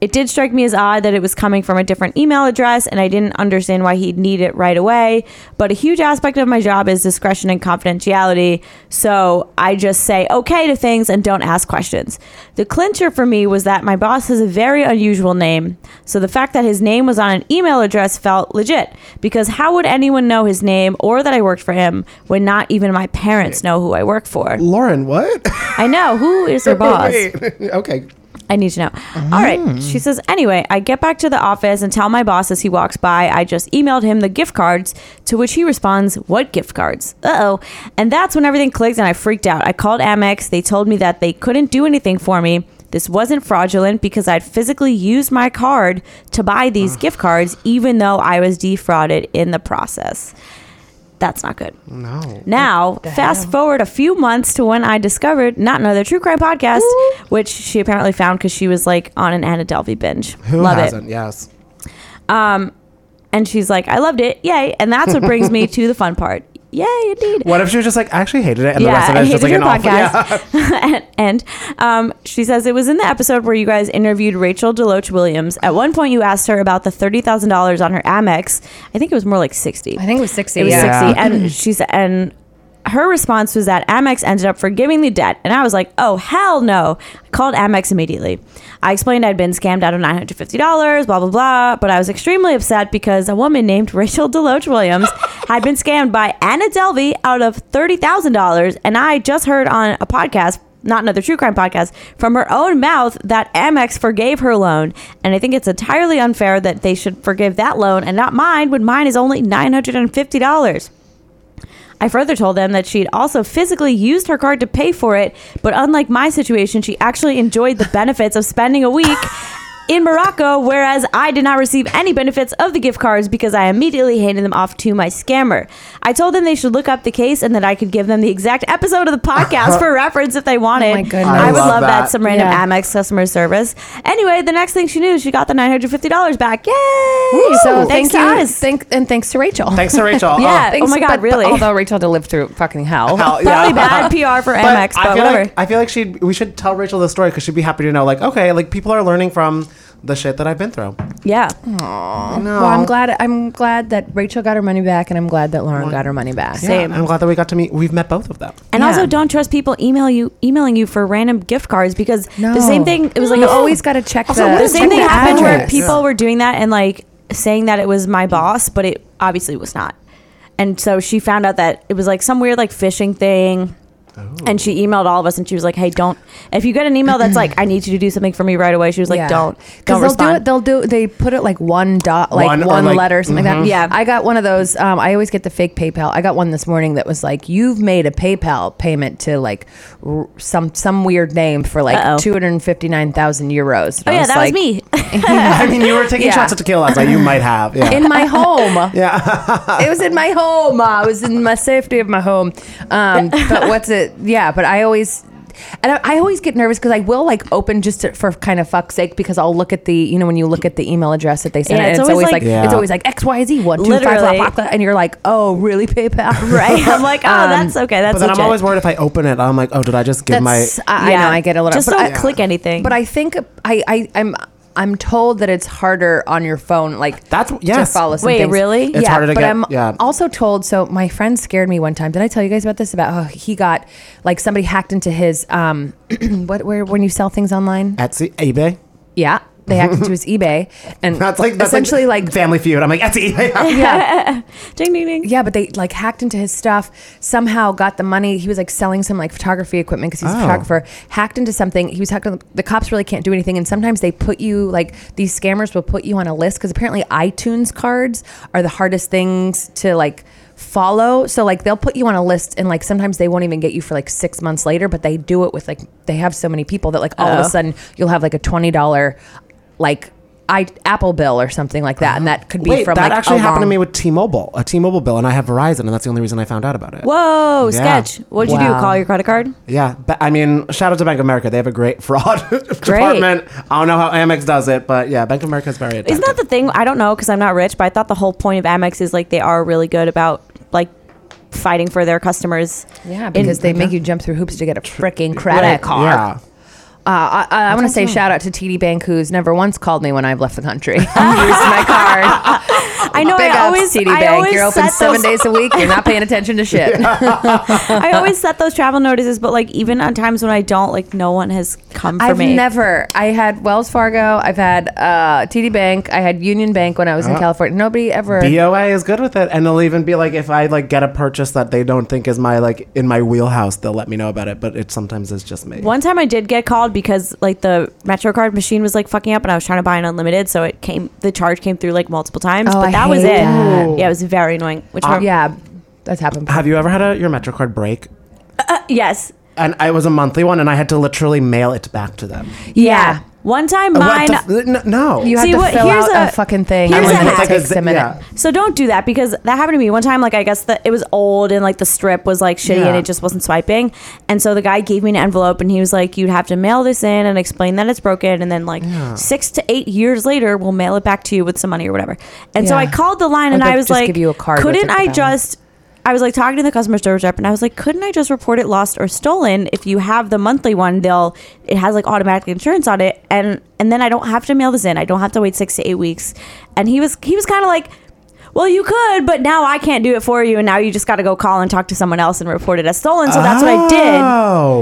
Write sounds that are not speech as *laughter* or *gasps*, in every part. It did strike me as odd that it was coming from a different email address, and I didn't understand why he'd need it right away. But a huge aspect of my job is discretion and confidentiality, so I just say okay to things and don't ask questions. The clincher for me was that my boss has a very unusual name, so the fact that his name was on an email address felt legit, because how would anyone know his name or that I worked for him when not even my parents know who I work for? Lauren, what? *laughs* I know. Who is her boss? *laughs* Wait. okay. I need to know. All right. She says, anyway, I get back to the office and tell my boss as he walks by, I just emailed him the gift cards, to which he responds, What gift cards? Uh oh. And that's when everything clicked and I freaked out. I called Amex. They told me that they couldn't do anything for me. This wasn't fraudulent because I'd physically used my card to buy these gift cards, even though I was defrauded in the process. That's not good. No. Now, fast forward a few months to when I discovered Not Another True Crime podcast, which she apparently found because she was like on an Anna Delvey binge. Who Love hasn't? Yes. it. Um, and she's like, I loved it. Yay. And that's what brings *laughs* me to the fun part. Yay, indeed What if she was just like, I actually hated it, and the rest of it is just like an awful. Yeah. podcast. *laughs* and and, um, she says it was in the episode where you guys interviewed Rachel Deloach Williams. At one point, you asked her about the thirty thousand dollars on her Amex. I think it was more like sixty. I think it was 60, It was yeah. *clears throat* sixty, and she's and. Her response was that Amex ended up forgiving the debt, and I was like, "Oh hell no!" I called Amex immediately. I explained I'd been scammed out of nine hundred fifty dollars, blah blah blah. But I was extremely upset because a woman named *laughs* Rachel Deloach Williams had been scammed by Anna Delvey out of thirty thousand dollars, and I just heard on a podcast, not another true crime podcast, from her own mouth that Amex forgave her loan, and I think it's entirely unfair that they should forgive that loan and not mine when mine is only nine hundred and fifty dollars. I further told them that she'd also physically used her card to pay for it, but unlike my situation, she actually enjoyed the benefits of spending a week in Morocco, whereas I did not receive any benefits of the gift cards because I immediately handed them off to my scammer. I told them they should look up the case and that I could give them the exact episode of the podcast *laughs* for reference if they wanted. Oh my goodness. I, I would love love that. that. Some random Yeah. Amex customer service. Anyway, the next thing she knew, she got the $950 back. Yay! So thanks thanks to you, us. thank, and thanks to Rachel. Thanks to *laughs* Rachel. Yeah. Thanks- Oh my God, but- but really? although Rachel had to live through fucking hell. Hell, Probably yeah. bad PR for But Amex, but I feel whatever. like I feel like she we should tell Rachel the story because she'd be happy to know like okay like people are learning from the shit that I've been through. yeah. Mm. No, Well, I'm glad. I'm glad that Rachel got her money back, and I'm glad that Lauren got her money back. Yeah, I'm glad that we got to meet. We've met both of them. And Yeah. also, don't trust people email you emailing you for random gift cards because the same thing. It was like you oh, always got to check the, the, same thing check the happened where address. people were doing that and like saying that it was my boss, but it obviously was not. And so she found out that it was like some weird like phishing thing. Oh. And she emailed all of us, and she was like, "Hey, don't. If you get an email that's like, I need you to do something for me right away,' she was like, Yeah. "Don't, 'Cause don't they'll respond." do it. They'll do. They put it like one dot, like One one, or, like- letter, or something like Mhm. that. Yeah. I got one of those. Um, I always get the fake PayPal. I got one this morning that was like, "You've made a PayPal payment to like r- some some weird name for Uh-oh. like two hundred fifty nine thousand euros." And oh I yeah, that like, was *laughs* me. I mean, you were taking Yeah. shots at tequila, so you might have. Yeah. in my *laughs* home. Yeah. it was in my home. I was in my safety of my home. Um, but what's it? Yeah, but I always. And I, I always get nervous because I will like open just to, for kind of fuck's sake because I'll look at the you know when you look at the email address that they send Yeah, it, and it's, always, like, Yeah. it's always like X Y Z one two five blah, Literally. blah, blah, and you're like oh really PayPal *laughs* right? I'm like, "Oh, Um, that's okay. That's." but then I'm legit." always worried if I open it, I'm like, oh, did I just give my? That's- I, I know I get a little Just but don't I- click anything. But I think I, I I'm I'm told that it's harder on your phone, like That's- yes. to follow. Some Wait, things. really? It's yeah, harder to but get- I'm yeah. also told. So my friend scared me one time. Did I tell you guys about this? About how he got like somebody hacked into his um, *clears throat* what where when you sell things online? Etsy, eBay. Yeah, they hacked into his eBay, and *laughs* That's like that's essentially like Family Feud. I'm like Etsy, eBay. *laughs* yeah. *laughs* ding ding ding. Yeah, but they like hacked into his stuff, somehow got the money. He was like selling some like photography equipment because he's Oh. a photographer. Hacked into something. He was hacked. on- The cops really can't do anything. And sometimes they put you like these scammers will put you on a list because apparently iTunes cards are the hardest things to like follow. So like they'll put you on a list and like sometimes they won't even get you for like six months later. But they do it with like they have so many people that like all of Oh. a sudden you'll have like a twenty dollar like. I, Apple bill or something like that, and that could be Wait, from that like actually a happened to long- me with T-Mobile, a T-Mobile bill, and I have Verizon, and that's the only reason I found out about it. Whoa, Yeah. sketch. What'd you do? Wow. Call your credit card? Yeah, but I mean, shout out to Bank of America. They have a great fraud *laughs* department. I don't know how Amex does it, but yeah, Bank of America is very. Isn't that the thing? I don't know because I'm not rich, but I thought the whole point of Amex is like they are really good about like fighting for their customers. Yeah, because In- they make you jump through hoops to get a freaking credit Right, card. Yeah. Uh, I, I want to say shout out to TD Bank, who's never once called me when I've left the country. *laughs* *laughs* Used my card. I know. Big I ups, always TD I Bank. always You're open set seven those- days a week. You're not paying attention to shit. *laughs* *laughs* I always set those travel notices, but like even on times when I don't, like no one has come for I've me. never. I had Wells Fargo. I've had uh, TD Bank. I had Union Bank when I was in Uh, California. Nobody ever. BOA is good with it, and they'll even be like, if I like get a purchase that they don't think is my like in my wheelhouse, they'll let me know about it. But it sometimes is just me. One time I did get called because like the MetroCard machine was like fucking up, and I was trying to buy an unlimited, so it came the charge came through like multiple times. Oh, but I that was it. hate that. Yeah, it was very annoying. Which Uh, one- yeah, that's happened. Have you ever had a, your MetroCard break? yes, And I was a monthly one, and I had to literally mail it back to them. yeah. One time mine. What the f- n- no, You have See, to what- fill here's out a, a- fucking thing. here's and a then hack. it takes a minute. Yeah. So don't do that because that happened to me one time. Like I guess that it was old and like the strip was like shitty and Yeah. it just wasn't swiping. And so the guy gave me an envelope and he was like, "You'd have to mail this in and explain that it's broken, and then like six to eight years later, we'll mail it back to you with some money or whatever." And so Yeah. I called the line Or and they'll I was just like, give you a card with "Couldn't it, the I balance." just?" I was like talking to the customer service rep and I was like, couldn't I just report it lost or stolen? If you have the monthly one, they'll it has like automatic insurance on it and and then I don't have to mail this in. I don't have to wait six to eight weeks. And he was he was kinda like, Well, you could, but now I can't do it for you and now you just gotta go call and talk to someone else and report it as stolen. So that's what I Oh. did.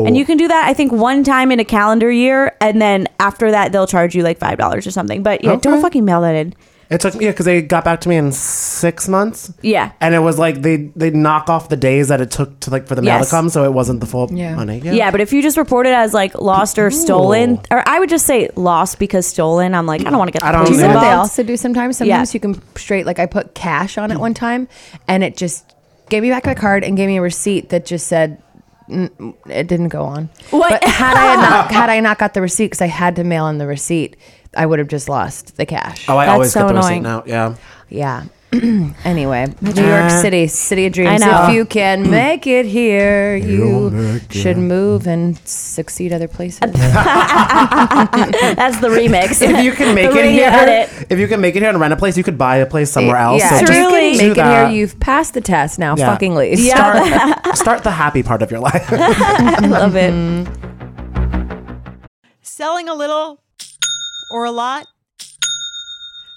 And you can do that I think one time in a calendar year and then after that they'll charge you like five dollars or something. But yeah, don't Okay. fucking mail that in. it took me yeah because they got back to me in six months. Yeah. and it was like they they knock off the days that it took to like for the mail Yes. to come, so it wasn't the full Yeah. money. Yeah, but if you just report it as like lost or stolen, or I would just say lost because stolen. I'm like, I don't want to get. I the don't police Do you know what involved. they also do sometimes? Yeah. Sometimes you can straight like I put cash on it one time, and it just gave me back my card and gave me a receipt that just said "N- it didn't go on. What? But had *laughs* I had not had I not got the receipt because I had to mail in the receipt, I would have just lost the cash. Oh, I That's always so get the annoying. receipt out. Yeah. Yeah. anyway, New York Eh. City, city of dreams. I know. *laughs* If *clears throat* you can make it here, you make should move and succeed other places. *laughs* That's the remix. if *laughs* you can make The it here, re-edit. if you can make it here and rent a place, you could buy a place somewhere else. Yeah, if just you Truly. can do make it here. that. You've passed the test. Now Yeah. fucking leave. *laughs* start, start the happy part of your life. *laughs* I love it. Selling a little or a lot?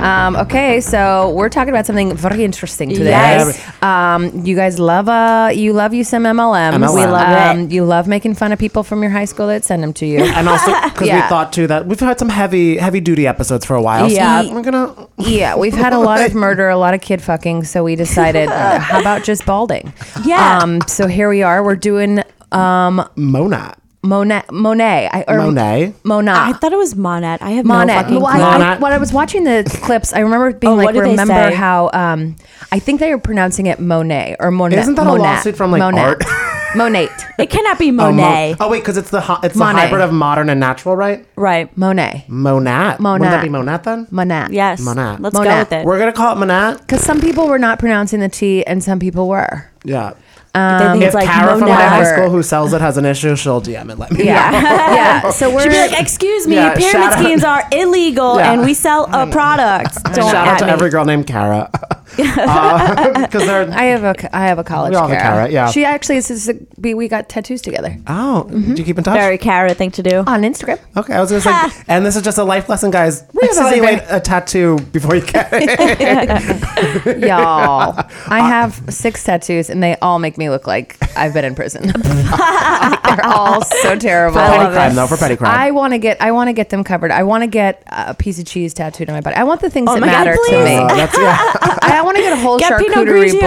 Um, okay, so we're talking about something very interesting today. Yes. Um, you guys love uh, you love you some MLMs. MLM. We love um, You love making fun of people from your high school that send them to you. *laughs* and also because Yeah. we thought too that we've had some heavy heavy duty episodes for a while. so Yeah. we're gonna. yeah, we've had a lot *laughs* of murder, a lot of kid fucking, so we decided uh, how about just balding? Yeah. Um, so here we are. We're doing um, Mona. Monet, Monet, I, or Monet. Monat. I thought it was Monet. I have Monet. no fucking well, clue. I, I, Monet. when I was watching the clips, I remember being Oh, like, what did they remember say? how um, I think they were pronouncing it Monet or Monet. Isn't that a Monet. lawsuit from, like, Monet. art? *laughs* Monet. it cannot be Oh, Mo- Monet, oh wait, because it's the hi- it's Monet. the hybrid of modern and natural, right? right? Monet. Monat. Wouldn't Monat. that be Monat then? Monet. Yes. Monet. Let's Monet. go with it. We're gonna call it Monat. Because some people were not pronouncing the T and some people were. Yeah. Um, if Tara from my high *laughs* school who sells it has an issue, she'll DM and let me Yeah. know. *laughs* Yeah, so She'd be we're- like, "Excuse me, Yeah, shout pyramid out- schemes are illegal, Yeah. and we sell a product." Don't Shout out at to me. every girl named Kara. *laughs* Uh, *laughs* Because I have a I have a college. We all have a Kara. Kara, yeah. She actually is, is we we got tattoos together. Oh, do you keep in touch? Very Kara thing to do on Instagram. Okay, I was gonna say, and this is just a life lesson, guys. Evaluate a tattoo before you *laughs* get it. Y'all, *laughs* I have six tattoos and they all make me look like I've been in prison. *laughs* They're all so terrible. For petty crime, though, for petty crime. I want to get I want to get them covered. I want to get a piece of cheese tattooed on my body. I want the things Oh that my God, matter to please. me. Uh, that's- yeah. *laughs* I want to get a whole Get Pinot charcuterie Grigio.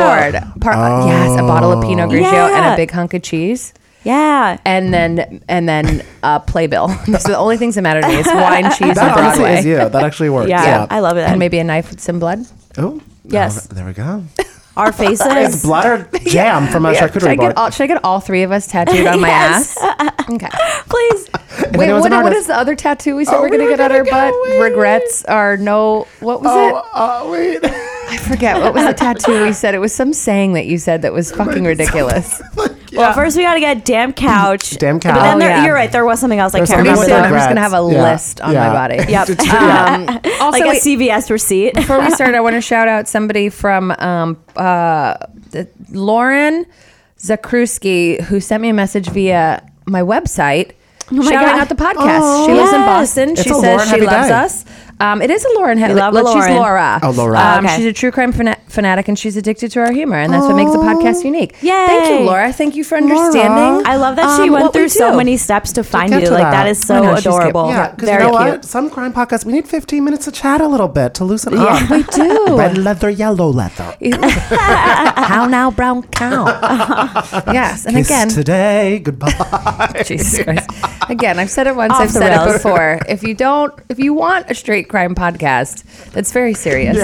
board. Par- Yes, a bottle of Pinot Grigio and Yeah. a big hunk of cheese. Yeah, and then and then uh, playbill. Those are the only things that matter to me. It's wine, cheese, and that honestly Broadway. is you. That actually works. Yeah, I love it. And maybe a knife with some blood. Oh, *laughs* Yes. There we go. Our It's faces. blood or jam from a Yeah, should, I charcuterie board. get all, should I get all three of us tattooed on my *laughs* Yes. ass? Okay. *laughs* Please. Wait, anyone's what, an what artist- is the other tattoo we said Oh, we're gonna we were get on gonna our go butt? away. Regrets are no. What was Oh, it? uh, wait. I *laughs* forget. What was the tattoo we said? It was some saying that you said that was fucking ridiculous. Well, first we got to get damn couch. *laughs* Damn But couch. then there, Oh, yeah. you're right. There was something else. I There's can't Pretty something soon, remember. else I'm just that. gonna have a Yeah. list on my Yeah. body. *laughs* *laughs* Yep. Um, also, like a wait- CVS receipt. Before we *laughs* start, I want to shout out somebody from um, uh, the- Lauren Zakruski who sent me a message via my website. Oh my shouting God. out the podcast. Oh. she lives in Yes. Boston. It's she a says Lauren she heavy loves day. us. Um, it is a Lauren heavy. We love a like, She's Laura. Laura. Oh, Laura. Um, Okay. She's a true crime fana- fanatic and she's addicted to our humor, and that's what makes the podcast unique. Oh. Yay. Thank you, Laura. Thank you for Laura. understanding. I love that she um, went what we through so do. many steps to find get you. to like that. that is I so know, she's cute. adorable. Yeah, because you Very know cute. what? Some crime podcasts, we need 15 minutes to chat a little bit to loosen up. We do. *laughs* Red leather, yellow leather. How now, brown cow? yes, and Kiss again, today, goodbye. Jesus *laughs* Christ. Again, I've said it once, Off I've the said it rails. *laughs* before. If you don't, if you want a straight crime podcast that's very serious,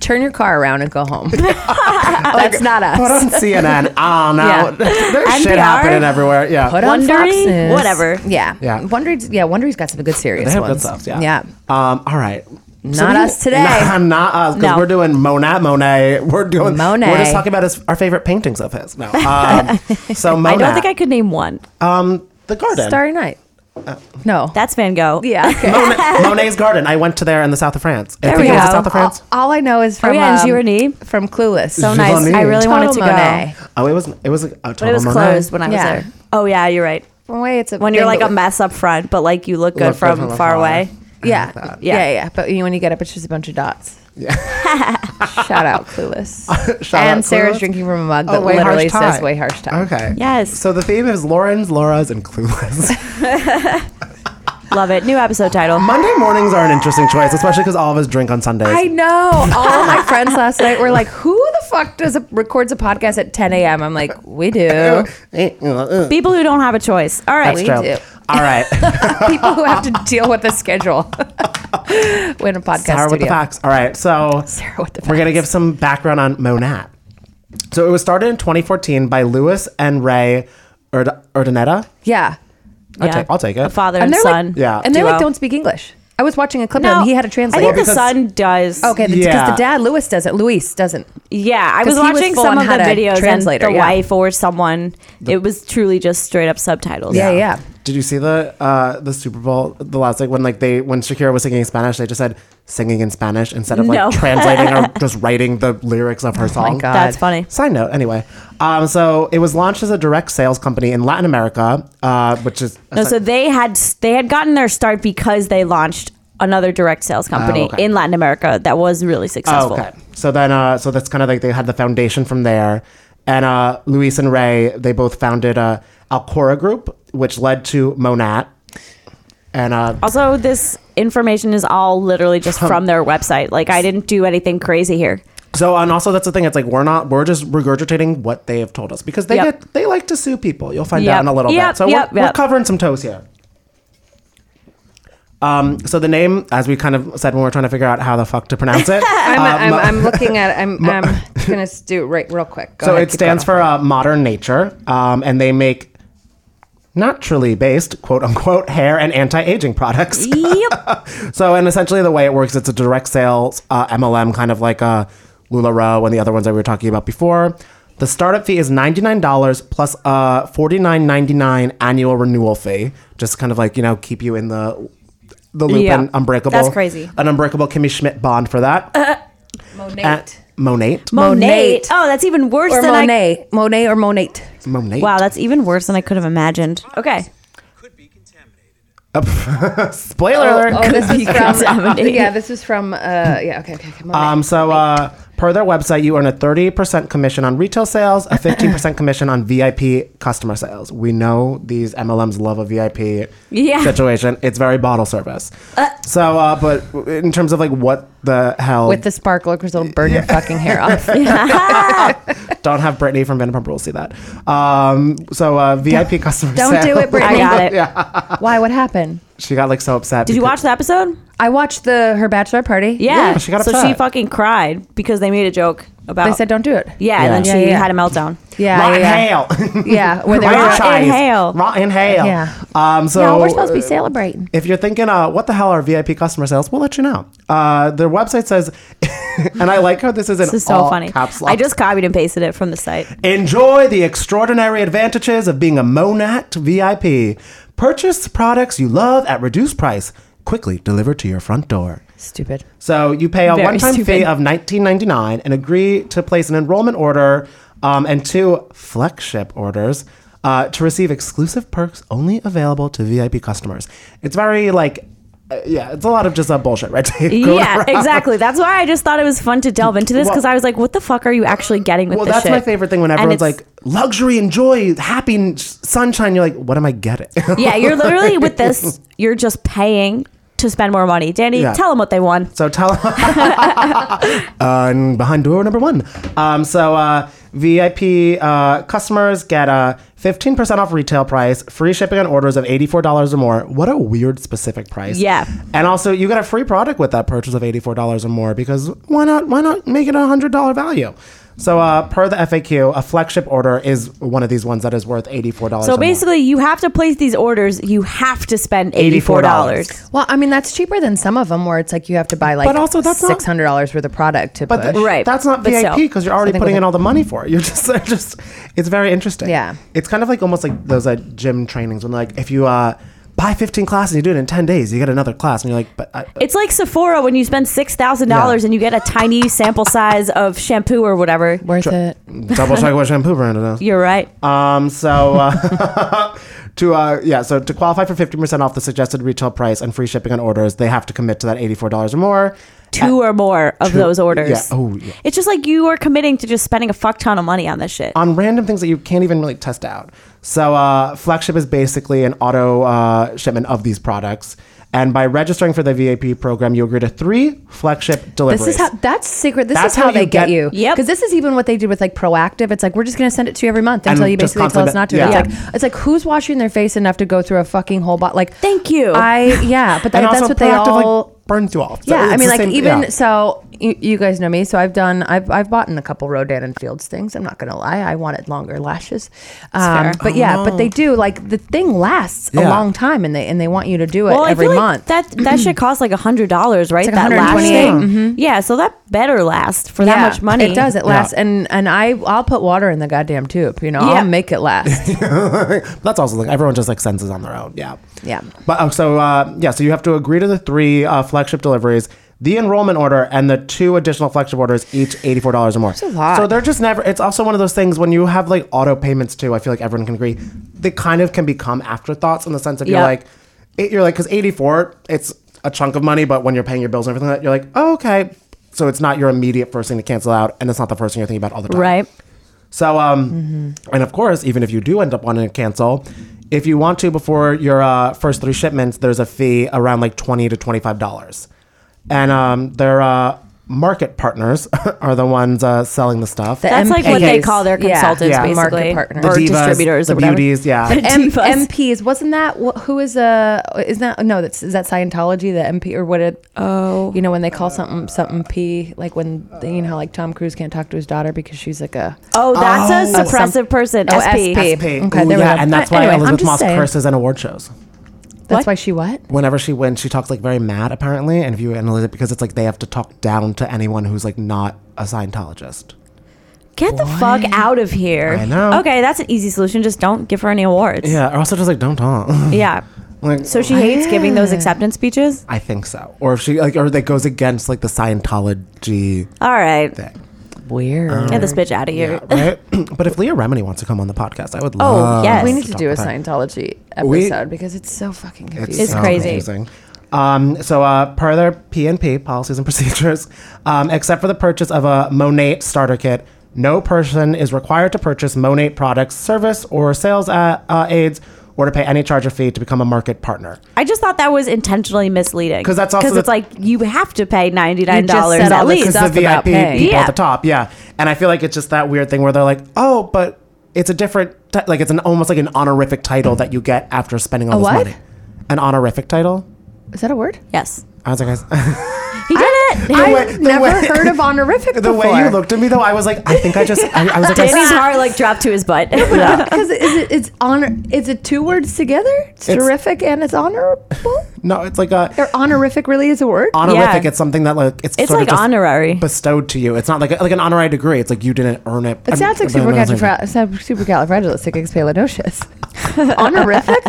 turn your car around and go *laughs* home. that's not Put us. on CNN. Oh, no. Yeah. *laughs* There's shit NPR? happening everywhere. Yeah. Put on Wondery? Fox News. Whatever. Yeah. Yeah. Wondery's, yeah, Wondery's got some good serious They have good ones. stuff. Yeah. Yeah. Um, all right. Not us today. Nah, *laughs* not us because No. we're doing Monet. Monet. We're doing Monet. We're just talking about his, our favorite paintings of his. No. Um, so Monet. I don't think I could name one. Um, the *laughs* garden. Starry Night. Uh, no. That's Van Gogh. yeah. *laughs* Okay. Monet, Monet's garden. I went to there in the south of France. I think it was the south of All, France. all I know is from Oh, yeah, um, and Giverny. from Clueless. So nice. Giverny. I really wanted to Total go. Monet. Oh, it was it was a total But it was Monet. closed when I was Yeah. there. Oh, yeah, you're right. Way it's a When you're thing, like but a mess up front, but like you look good Look good from, from afar. far away. Yeah. yeah, Yeah. yeah, But you- when you get up, it's just a bunch of dots. *laughs* Yeah. Shout out Clueless. *laughs* Shout and out Sarah's Clueless. drinking from a mug Oh, that Way literally Harsh Tie. says "Way Harsh Time." Okay. Yes. So the theme is Lauren's, Laura's, and Clueless. *laughs* Love it. New episode title. Monday mornings are an interesting choice, especially because all of us drink on Sundays. I know. All of my *laughs* friends last night were like, "Who the fuck does a, records a podcast at 10 a.m.?" I'm like, "We *laughs* do. Eh, People who don't have a choice. All right. That's we true. do. *laughs* All right. People who have to deal with the schedule *laughs* when a podcast Sarah with the studio." facts. All right. So Sarah with the we're going to facts. give some background on Monat. So it was started in 2014 by Lewis and Ray Erd- Urdaneta. Yeah, I'll, take, I'll take it. A father and and, they're son. like, Yeah. and they like Duo. don't speak English. I was watching a clip of No, him. He had a I translator. think the because- son does. okay, because Yeah. the dad Lewis doesn't. Luis doesn't. Yeah, I 'Cause was he was watching full some on of the how to videos and translate the her, yeah. wife or someone. it was truly just straight up subtitles. Yeah, yeah. Did you see the uh, the Super Bowl the last like when like they when Shakira was singing in Spanish they just said singing in Spanish instead of like No. Oh *laughs* translating or just writing the lyrics of her song. God. That's funny. Side note, anyway. Um, so it was launched as a direct sales company in Latin America, uh, which is No, so they had they had gotten their start because they launched another direct sales company Oh, okay. in Latin America that was really Oh, successful. okay. So then, uh, so that's kind of like they had the foundation from there, and uh, Luis and Ray they both founded uh, Alcora Group, which led to Monat, and uh, Also, this information is all literally just from their website. Like I didn't do anything crazy *gasps* here. So and also that's the thing. It's like we're not we're just regurgitating what they have told us because they Yep. get they like to sue people. You'll find Yep. out in a little Yep, bit. So yep, we're, we're yep. covering some toes here. Um. So the name, as we kind of said when we are trying to figure out how the fuck to pronounce it, I'm, uh, I'm, mo- I'm looking at. I'm, I'm gonna s- do it right real quick. Go so ahead, it keep stands going. for uh, modern nature, um, and they make naturally based quote unquote hair and anti-aging products. *laughs* *laughs* Yep. So, and essentially the way it works, it's a uh, direct sales uh, MLM, kind of like a LuLaRoe and the other ones that we were talking about before. The startup fee is $99 plus a $49.99 annual renewal fee. Just kind of like, you know, keep you in the the loop Yeah. and unbreakable. That's crazy. Uh, An unbreakable Kimmy Schmidt bond for that. Monet. At Monate. Monate. Oh, that's even worse Or than Monet. I... Monet or Monate. Monate. Wow, that's even worse than I could have imagined. Okay. *laughs* *laughs* Spoiler alert. Oh, oh, this is You guys from. have an yeah, *laughs* this is from. Uh, yeah, okay, okay, okay. Monet. Um, so uh, per their website, you earn a 30% commission on retail sales, a 15% commission on VIP customer sales. We know these MLMs love a VIP Yeah. situation. It's very bottle service. so, uh, but in terms of like what the hell, With the sparkle grizzle burn your fucking hair off. *laughs* *laughs* don't have Brittany from Vanderpump Rules see that. Um, so uh, VIP customer Don't *laughs* sales. do it, Brittany. I got it. Why? What happened? She got like so upset. Did you watch the episode? I watched the her bachelor party. Yeah. Yeah, she got so she upset. fucking cried because they made a joke about. They said don't do it. yeah, and Yeah. then she Yeah, yeah. had a meltdown. Yeah. yeah, Rotten yeah. hail. Yeah, where they Rotten were- skies. hail. Rotten hail. Yeah. Um, so yeah, we're supposed to be celebrating. If you're thinking, uh, what the hell are VIP customer sales? We'll let you know. Uh, their website says, *laughs* and I like how this is in This is so all funny. caps lock. I just copied and pasted it from the site. enjoy the extraordinary advantages of being a Monat VIP. Purchase products you love at reduced price, quickly delivered to your front door. Stupid. So you pay a Very one-time stupid. fee of $19.99 and agree to place an enrollment order um, and two flagship orders uh, to receive exclusive perks only available to VIP customers. It's very like, uh, yeah, it's a lot of just uh, bullshit, right? *laughs* yeah, exactly. That's why I just thought it was fun to delve into this because Well- I was like, what the fuck are you actually getting with Well, this that's shit? my favorite thing when And everyone's it's- like, luxury, enjoy, happy, sunshine. You're like, what am I getting? *laughs* *laughs* yeah, you're literally with this, you're just paying to spend more money. Danny, Yeah. tell them what they won. So tell *laughs* uh, behind door number one. Um, so uh, VIP uh, customers get a fifteen percent off retail price, free shipping on orders of eighty four dollars or more. What a weird specific price. Yeah. And also, you get a free product with that purchase of eighty four dollars or more because why not? Why not make it a hundred dollar value? So uh, per the FAQ, a flagship order is one of these ones that is worth eighty four dollars. So basically, you have to place these orders. You have to spend eighty-four dollars. Well, I mean that's cheaper than some of them where it's like you have to buy like But also that's not- six hundred dollars worth of product to But push. th- Right. that's not But VIP still. because you're already think putting with in a- all the money for it. You're just, *laughs* they're just it's very interesting. Yeah. It's kind of like almost like those uh, gym trainings when like if you uh, buy 15 classes and you do it in 10 days, you get another class and you're like, but I, *laughs* It's like Sephora when you spend six thousand dollars Yeah. and you get a tiny sample size of shampoo or whatever. worth it. double check what shampoo brand it is. You're right. Um, so uh, *laughs* to uh, yeah, so to qualify for 50% off the suggested retail price and free shipping on orders, they have to commit to that $84 or more. Two or more of two- those orders. yeah. Oh, yeah. It's just like you are committing to just spending a fuck ton of money on this shit. on random things that you can't even really test out. So uh, flagship is basically an auto uh, shipment of these products. And by registering for the VIP program, you agree to three flagship deliveries. This is how that's secret. This That's is how, how you they get, get- you. Yep. Because this is even what they did with like proactive. It's like we're just gonna send it to you every month until And you just basically tell us constantly- not to. yeah. It's like it's like who's washing their face enough to go through a fucking whole bot? Like Thank you. I yeah, but that, and that's also what they proactive, like, all. burn through all. So yeah, I mean, it's the like same- even yeah. so, you, you guys know me. So I've done, I've, I've bought a couple Rodan and Fields things. I'm not gonna lie, I wanted longer lashes, fair. um, but yeah, but they do like the thing lasts a Yeah. long time, and they and they want you to do it every I feel month. like that that should cost like a hundred dollars, right? like that last $128. thing. Yeah, so that better last for that much money. Mm-hmm. It does. It Yeah. lasts, and and I I'll put water in the goddamn tube. You know, Yeah. I'll make it last. that's also like everyone just like senses on their own. Yeah. Yeah. But oh, so uh, yeah, so you have to agree to the three uh, flagship deliveries, the enrollment order, and the two additional flagship orders, each eighty four dollars or more. That's a lot. So they're just never. It's also one of those things when you have like auto payments too. I feel like everyone can agree they kind of can become afterthoughts in the sense of Yep. you're like, it, you're like because eighty four, it's a chunk of money, but when you're paying your bills and everything, like that, you're like, oh, okay. So it's not your immediate first thing to cancel out, and it's not the first thing you're thinking about all the time. Right. So, um, and of course, even if you do end up wanting to cancel, if you want to before your uh, first three shipments, there's a fee around like twenty to twenty five dollars, and um, their uh, market partners *laughs* are the ones uh, selling the stuff. That's like what they MPAs. call their Yeah. consultants, Yeah. Market basically, partners. or The divas, distributors, the or whatever. *laughs* beauties, yeah. The M- divas. MPs wasn't that wh- who is a is that no that's is that Scientology the MP or what it Oh. you know when they call something something P like when they, you know how like Tom Cruise can't talk to his daughter because she's like a Oh, that's Oh. a suppressive person. Oh, SP. SP. Pay- Okay, Ooh, there we yeah, go. and that's Uh, why anyway, I'm Elizabeth just Moss saying. curses in award shows. that's What? why she what Whenever she wins, she talks like very mad, apparently, and if you analyze it, because it's like they have to talk down to anyone who's like not a Scientologist. Get the fuck out of here. I know. Okay, that's an easy solution. Just don't give her any awards. Yeah, or also just like don't talk. *laughs* Yeah. Like, So she hates giving those Yeah. acceptance speeches? I think so. Or if she like, or that goes against like the Scientology. All right. Weird. Get this bitch out of here. right? *clears throat* but if Leah Remini wants to come on the podcast, I would Oh, love. yes. We need to do a talk about- Scientology We- episode because it's so fucking It's, confusing. so confusing. Um, so uh, per their PNP policies and *laughs* procedures, um, except for the purchase of a Monate starter kit, no person is required to purchase Monate products, service, or sales uh, uh, aids, or to pay any charge or fee to become a market partner. I just thought that was intentionally misleading. 'Cause that's also because the- it's like you have to pay ninety nine You dollars just said at all this least. Because the VIP people yeah. at the top, yeah. And I feel like it's just that weird thing where they're like, oh, but it's a different, ti- like it's an almost like an honorific title that you get after spending all A this what? money. An honorific title. Is that a word? Yes. I was like, *laughs* I s- He did it. I've way- the never way- heard of honorific the way you before. looked at me though, I was like, I think I just, I, I was like, I *laughs* Danny's s- heart like dropped to his butt. Because is it, it's honor. Is it two words together? It's, It's- terrific and it's honorable. *laughs* no, it's like a or honorific really is a word. honorific. It's something that like it's, It's sort like of just honorary bestowed to you. It's not like a, like an honorary degree. It's like you didn't earn it. It sounds like supercalifra- it sounds *laughs* supercalifragilisticexpialidocious. honorific.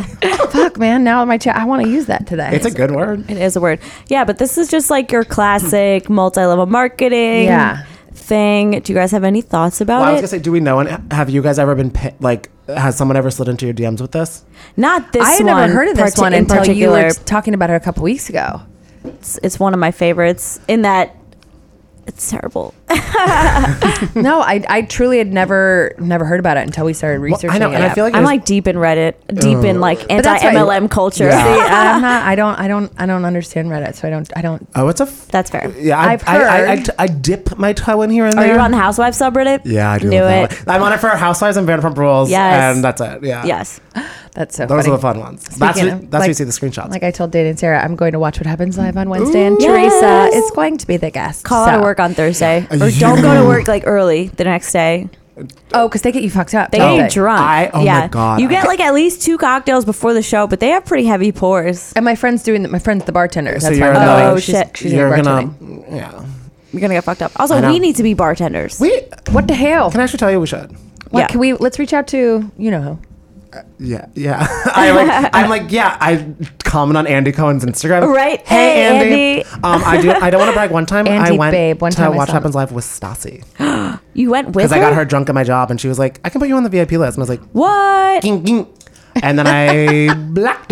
Fuck, man. Now my chat. I want to use that today. It's a good word. It is a word. Yeah, but this is just like your classic multi level marketing Yeah. thing. Do you guys have any thoughts about Well, I was it? gonna say, do we know? And have you guys ever been pi- like? Has someone ever slid into your DMs with this? Not this I had one. never heard of this parti- one in until you were particular. talking about it a couple weeks ago. It's, it's one of my favorites in that it's terrible. no, I, I truly had never never heard about it until we started researching. I know, it. and I feel like I'm, it was- like, deep in Reddit, deep in, like, But that's right. anti-MLM culture. uh, See, *laughs* Yeah. I'm not. I don't. I don't. I don't understand Reddit, so I don't. I don't. Oh, it's a. F- That's fair. yeah, I, I've I- I- I heard- t- I dip my toe in here and Are there. you on the Housewives subreddit? yeah, I do. Knew it. love that one. I'm on it for Housewives and Vanderpump Rules. Yes. and that's it. Yeah, Yes. That's so. Those funny. are the fun ones. that's Speaking what, of, that's where you like- see the screenshots. Like I told Dana and Sarah, I'm going to watch What Happens Live on Wednesday, and Ooh. Teresa Yes. is going to be the guest. Call out of work on Thursday, or don't go to work like early the next day. Oh, because they get you fucked up. They don't get you drunk. I- oh my yeah. God. You get like at least two cocktails before the show, but they have pretty heavy pours. And my friend's doing that. My friend's the bartender. So That's you're why in I'm the- going. Oh, she's, shit. She's You're doing gonna- bartending. yeah. You're gonna get fucked up. I Also, know. we need to be bartenders. We what the hell? Can I actually tell you we should? What, Yeah. Can we? Let's reach out to you know who. Yeah, *laughs* yeah. I like, I'm like, yeah. I comment on Andy Cohen's Instagram. Right. Hey, Hey, Andy. Andy. Um, I do. I don't want to brag. One time, I Andy, went babe, one to time I Watch saw Happens Live with Stassi You went with because her? I got her drunk at my job, and she was like, "I can put you on the VIP list," and I was like, What? "Ging, ging." And then I blacked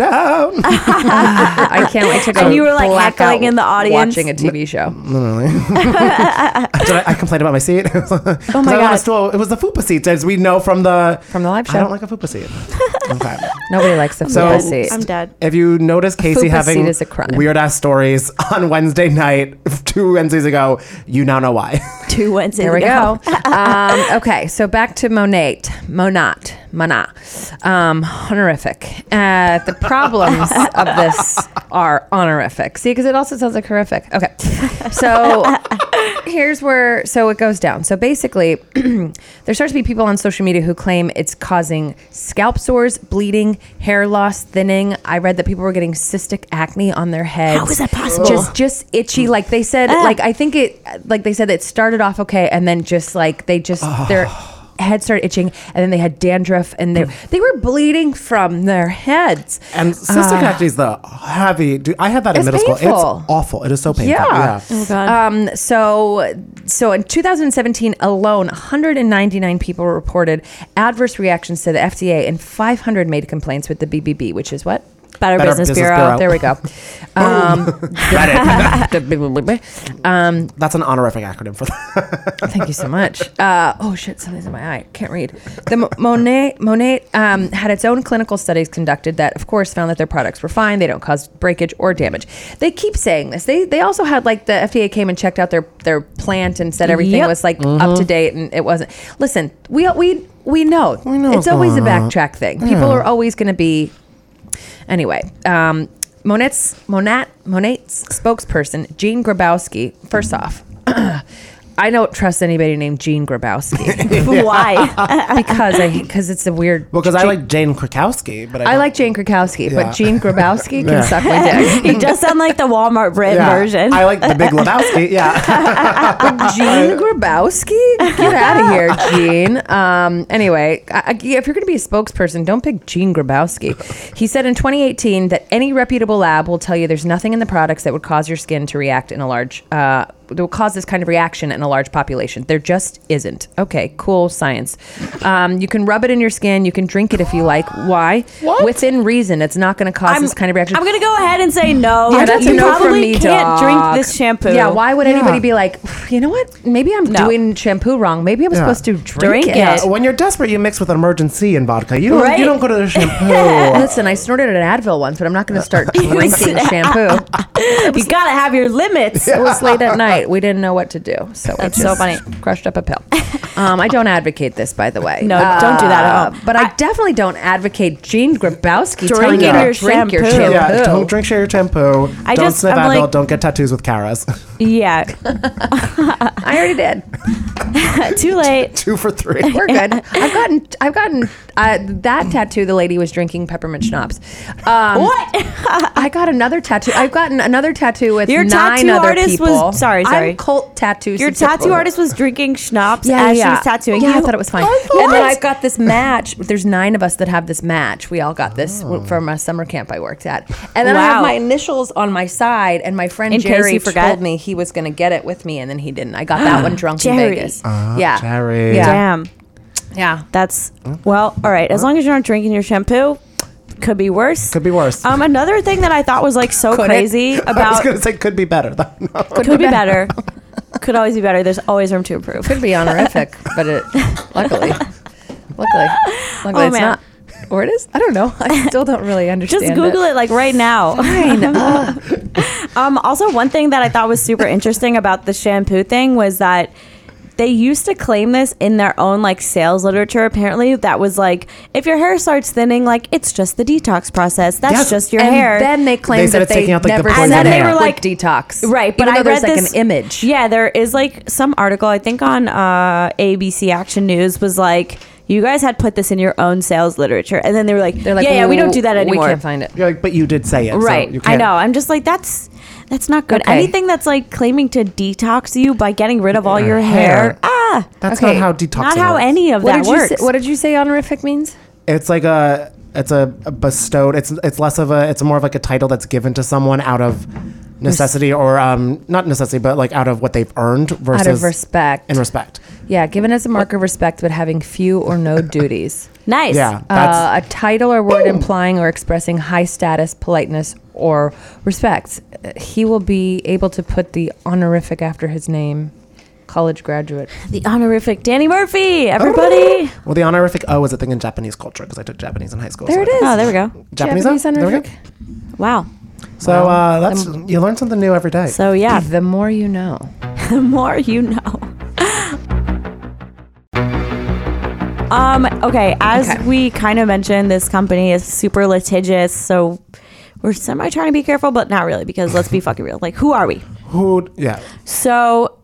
*laughs* out. *laughs* I can't wait to go. And you were, like, black out heckling in the audience. watching a TV show. Literally. *laughs* Did I, I complained about my seat. *laughs* oh my my I want a God. stool. It was the fupa seats, as we know from the from the live I show. don't like a *laughs* fupa seat. Okay. Nobody likes the So- fupa seat. I'm dead. If you notice Casey fupa having seat is a crime. weird ass stories *laughs* on Wednesday night, *laughs* two Wednesdays ago, you now know why. *laughs* two Wednesdays. There we ago. go. *laughs* um, okay, so back to Monate, Monat, Mana, um, honorific. Uh, the problems of this are honorific. See, because it also sounds like horrific. Okay, so *laughs* here's where so it goes down. So basically, *clears throat* there starts to be people on social media who claim it's causing scalp sores, bleeding, hair loss, thinning. I read that people were getting cystic acne on their heads. How is that possible? Just just itchy. Like they said, Ah. like I think it like they said it started off okay and then just like they just Ah. their head started itching and then they had dandruff and they Hmm. they were bleeding from their heads. and cystic Ah. acne is the heavy. Dude, I had that in It's middle school. painful. It's awful. It is so painful. Yeah. Yeah. *laughs* Oh, Um, so, so in 2017 alone, 199 people reported adverse reactions to the FDA, and 500 made complaints with the BBB, which is what. Better, Better Business, Business Bureau. Bureau. There we go. Um, *laughs* *laughs* um, *laughs* That's an honorific acronym for that. *laughs* Thank you so much. Uh, oh shit, something's in my eye. Can't read. The Mo- Monet Monet um, had its own clinical studies conducted that, of course, found that their products were fine. They don't cause breakage or damage. They keep saying this. They they also had like the FDA came and checked out their their plant and said everything Yep. was like up to date and it wasn't. Listen, we we we know, it's what's always a going on. backtrack thing. People are always going to be Anyway, um, Monet's Monat Monet's spokesperson Jean Grabowski. First off, *clears throat* I don't trust anybody named Gene *laughs* Grabowski. Why? *laughs* because I because it's a weird. Because I like Jane Krakowski, but I, I don't- like Jane Krakowski, Yeah. but Gene Grabowski can Yeah. suck my *laughs* dick. he does sound like the Walmart brand Yeah. version. I like the Big Lebowski. *laughs* Yeah, *laughs* Uh, Gene Grabowski, get out of here, Gene. Um, anyway, I, I- if you're going to be a spokesperson, don't pick Gene Grabowski. He said in 2018 that any reputable lab will tell you there's nothing in the products that would cause your skin to react in a large, uh, that will cause this kind of reaction in a large population. There just isn't. Okay, cool science. Um, you can rub it in your skin. You can drink it if you like. Why? What? Within reason, it's not going to cause this kind of reaction. I'm gonna go ahead and say no. Yeah, Oh, that's you a no probably from me, can't dog. drink this shampoo. Yeah, why would anybody be like, you know what? Maybe I'm No. doing shampoo wrong. Maybe I'm Yeah. supposed to drink, Drink it. it. when you're desperate, you mix with an emergency and vodka. You don't. Right. You don't go to the shampoo. Listen, I snorted an Advil once, but I'm not going to *laughs* start drinking shampoo. you gotta have your limits. It was late at night. We didn't know what to do, so That's I so just funny. Crushed up a pill. Um, I don't advocate this, by the way. No, don't do that at Uh, home. But I, definitely don't advocate Gene Grabowski Drink telling you to your drink your shampoo. shampoo. yeah, don't drink share your shampoo. I don't just- sniff I'm Advil. like- don't get tattoos with Kara's. *laughs* Yeah, I already did. too late. Two for *laughs* *laughs* three. We're good. I've gotten, I've gotten uh, that tattoo. The lady was drinking peppermint schnapps. Um, What? *laughs* I got another tattoo. I've gotten another tattoo with Your nine tattoo other artist was- people. sorry, sorry. I'm cult tattoo. Your tattoo artist was drinking schnapps Yeah, as yeah. she was tattooing Yeah, you. Oh, I thought it was fine. What? And then I've got this match. There's nine of us that have this match. We all got this w- from a summer camp I worked at. And then I Wow. have my initials on my side. And my friend In case Jerry you forgot. told me he was going to get it with me, and then he didn't. I got that *gasps* one drunk in Jerry. Vegas. yeah, Uh-huh. Jerry. Ah, Yeah, Damn. yeah. That's well. All right. As long as you're not drinking your shampoo, could be worse. Could be worse. Um, another thing that I thought was like so Could it? *laughs* crazy *laughs* I was about gonna say could be better. though. *laughs* No. could be better. could always be better. There's always room to improve. Could be *laughs* honorific, but it luckily, luckily, luckily Oh, it's man. not. Or it is? I don't know. I still don't really understand. Just Google it. like right now. *laughs* Ugh. Um, also, one thing that I thought was super interesting about the shampoo thing was that they used to claim this in their own like sales literature. Apparently, that was like if your hair starts thinning, like it's just the detox process. That's Yes. just your and hair. then they They claimed said that it's they taking out, like, the never poison said in it the hair. like detox, Right, but Even I though there's read like this- an image. Yeah, there is like some article I think on uh, ABC Action News was like, "You guys had put this in your own sales literature," and then they were like, they're like, yeah, yeah, we don't do that "Ooh, anymore." We can't find it. You're like, but you did say it. so right, you I can't- know. I'm just like, that's that's not good. Okay. Anything that's like claiming to detox you by getting rid of all your hair, hair. ah, That's Okay, not how detoxing. not how works. any of What that did, you works. say, what did you say honorific means? It's like a. It's a a bestowed. It's it's less of a. It's more of like a title that's given to someone out of necessity or um not necessity, but like out of what they've earned versus respect. And respect. Yeah, given as a mark of respect, but having few or no duties. nice. Yeah. Uh, That's a title or word implying or expressing high status, politeness, or respect. Uh, He will be able to put the honorific after his name. College graduate. The honorific Danny *laughs* Murphy, everybody. well, the honorific O is a thing in Japanese culture because I took Japanese in high school. There so it I- is. Oh, there we go. Japanese, Japanese O? There we go. honorific. Um, Wow. So uh, that's you learn something new every day. So yeah, The more you know. the more you know. *laughs* um, okay, as Okay. we kind of mentioned, this company is super litigious, so we're semi trying to be careful, but not really, because let's be fucking real. Like, who are we? Who? Yeah. So,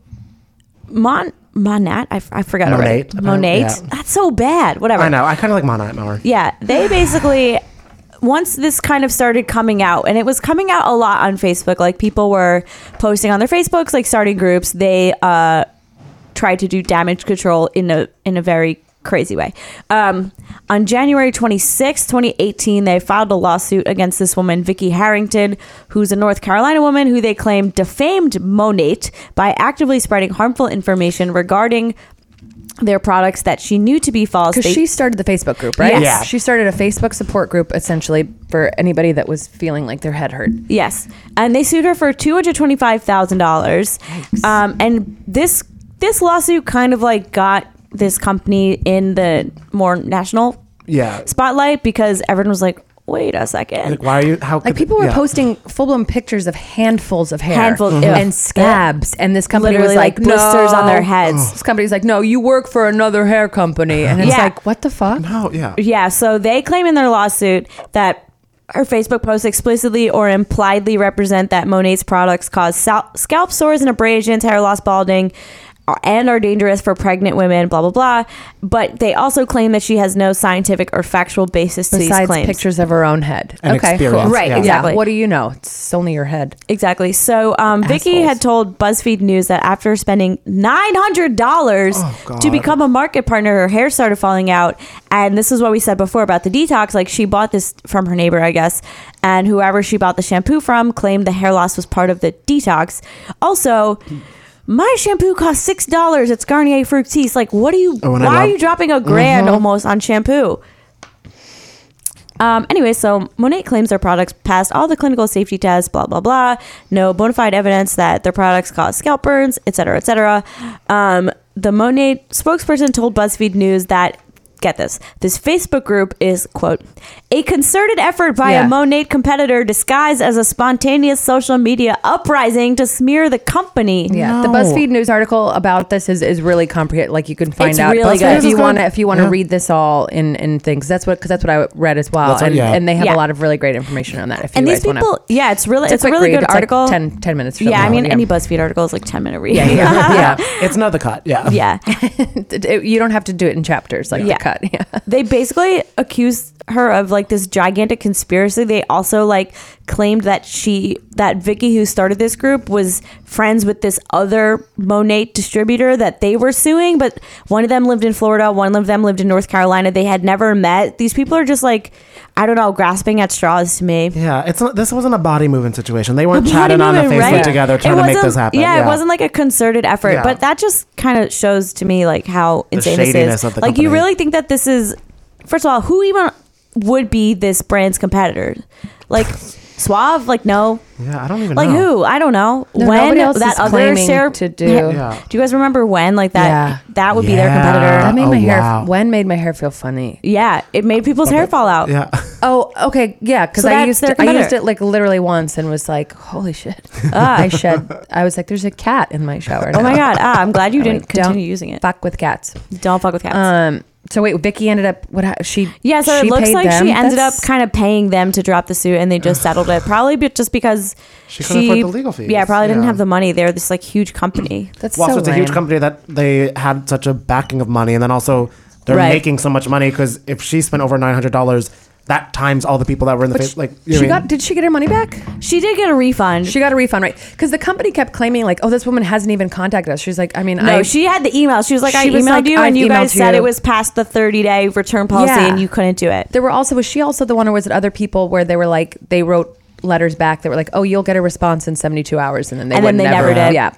Mon Monat, I, f- I forgot already. Monate. Monate. Yeah. That's so bad. Whatever. I know. I kind of like Monat Mauer. Yeah, they *sighs* basically once this kind of started coming out and it was coming out a lot on Facebook like people were posting on their Facebooks like starting groups they uh tried to do damage control in a in a very crazy way. Um on January 26, 2018 they filed a lawsuit against this woman Vicky Harrington who's a North Carolina woman who they claim defamed Monate by actively spreading harmful information regarding their products that she knew to be false. Because They- she started the Facebook group, right? Yes. Yeah. She started a Facebook support group essentially for anybody that was feeling like their head hurt. Yes, and they sued her for two hundred twenty-five thousand dollars. Um, and this this lawsuit kind of like got this company in the more national Yeah. spotlight because everyone was like, "Wait a second, Like, why are you? How? Like could- people were yeah. posting full blown pictures of handfuls of hair, Handfuls, Mhm. ew. and scabs, and this company was Literally, like, like, blisters no. on their heads. This company's like, no, you work for another hair company, and it's Yeah. like, what the fuck? Oh yeah. Yeah, so they claim in their lawsuit that her Facebook posts explicitly or impliedly represent that Monet's products cause sal- scalp sores and abrasions, hair loss, balding, and are dangerous for pregnant women, blah, blah, blah. But they also claim that she has no scientific or factual basis to these Besides claims. pictures of her own head. And okay, cool. experience, Right, yeah. exactly. What do you know? It's only your head. Exactly. So um, Vicky had told BuzzFeed News that after spending nine hundred dollars to Oh, God. become a market partner, her hair started falling out, and this is what we said before about the detox. Like she bought this from her neighbor, I guess, and whoever she bought the shampoo from claimed the hair loss was part of the detox. Also. My shampoo costs six dollars. It's Garnier Fructis. Like, what are you? Oh, why and I are love- you dropping a grand Mhm. almost on shampoo? Um, anyway, so Monate claims their products passed all the clinical safety tests, blah, blah, blah. No bona fide evidence that their products cause scalp burns, et cetera, et cetera. Um, the Monate spokesperson told BuzzFeed News that, get this, this Facebook group is, quote, a concerted effort by Yeah. a Monate competitor disguised as a spontaneous social media uprising to smear the company. Yeah, the BuzzFeed news article about this is, is really comprehensive. Like you can find It's out really BuzzFeed good. if you want to if you want to Yeah. read this all in in things. That's what because that's what I read as well, That's what- and, yeah. and they have Yeah. a lot of really great information on that. If and you these guys wanna- people, yeah, it's really, It's a it's, a, quick really read. good It's like article. 10 10 minutes Yeah, I short, mean, yeah. any BuzzFeed article is like ten minute read. yeah, yeah, *laughs* yeah. It's not the cut. Yeah. *laughs* yeah. It- you don't have to do it in chapters like the cut. *laughs* Yeah. they basically accused her of like this gigantic conspiracy. They also like claimed that she that Vicky who started this group was friends with this other Monate distributor that they were suing, but one of them lived in Florida, one of them lived in North Carolina. They had never met. These people are just like I don't know, grasping at straws to me. Yeah, it's not, this wasn't a body moving situation. They weren't Body chatting on the movement, Facebook right? together It trying to make wasn't- this happen. Yeah, it wasn't like a concerted effort, Yeah. but that just kind of shows to me like how The insane this shadiness is. of the like you company. really think that this is first of all, who even would be this brand's competitor? Like Suave? Like no. Yeah, I don't even Like know. who? I don't know. No, when nobody else that is other claiming share to do- Yeah. Do you guys remember when like that? That would be their Yeah. competitor. That made Oh, my hair. When made my hair feel funny. Yeah, it made people's hair fall out. Yeah. Oh, okay, yeah, because So I that's used their to, I used competitor. it like literally once and was like, holy shit! Ah. I *laughs* shed. I was like, there's a cat in my shower. Oh my now. God. Ah, I'm glad *laughs* you I'm didn't like, "Don't continue using it. Fuck with cats. Don't fuck with cats. Um. So wait, Vicky ended up what? ha- She Yeah, so she it looks paid like them? she ended That's- up kind of paying them to drop the suit, and they just settled it. Probably be- just because she, couldn't afford the legal fees. Yeah, probably didn't Yeah. have the money. They're this like huge company. *clears throat* That's Well, so it's a huge company that they had such a backing of money, and then also they're Right. making so much money because if she spent over nine hundred dollars, that times all the people that were in the But face. sh- Like you she mean- got did she get her money back? She did get a refund. She got a refund, right? Because the company kept claiming like, oh, this woman hasn't even contacted us. She's like, I mean, No, I, she had the email. She was like, I She emailed was like, you, "I've and you guys emailed said you." it was past the thirty day return policy, Yeah. and you couldn't do it. There were also was she also the one or was it other people where they were like they wrote letters back that were like, oh, you'll get a response in seventy two hours, and then they and then would they never, did. Yeah,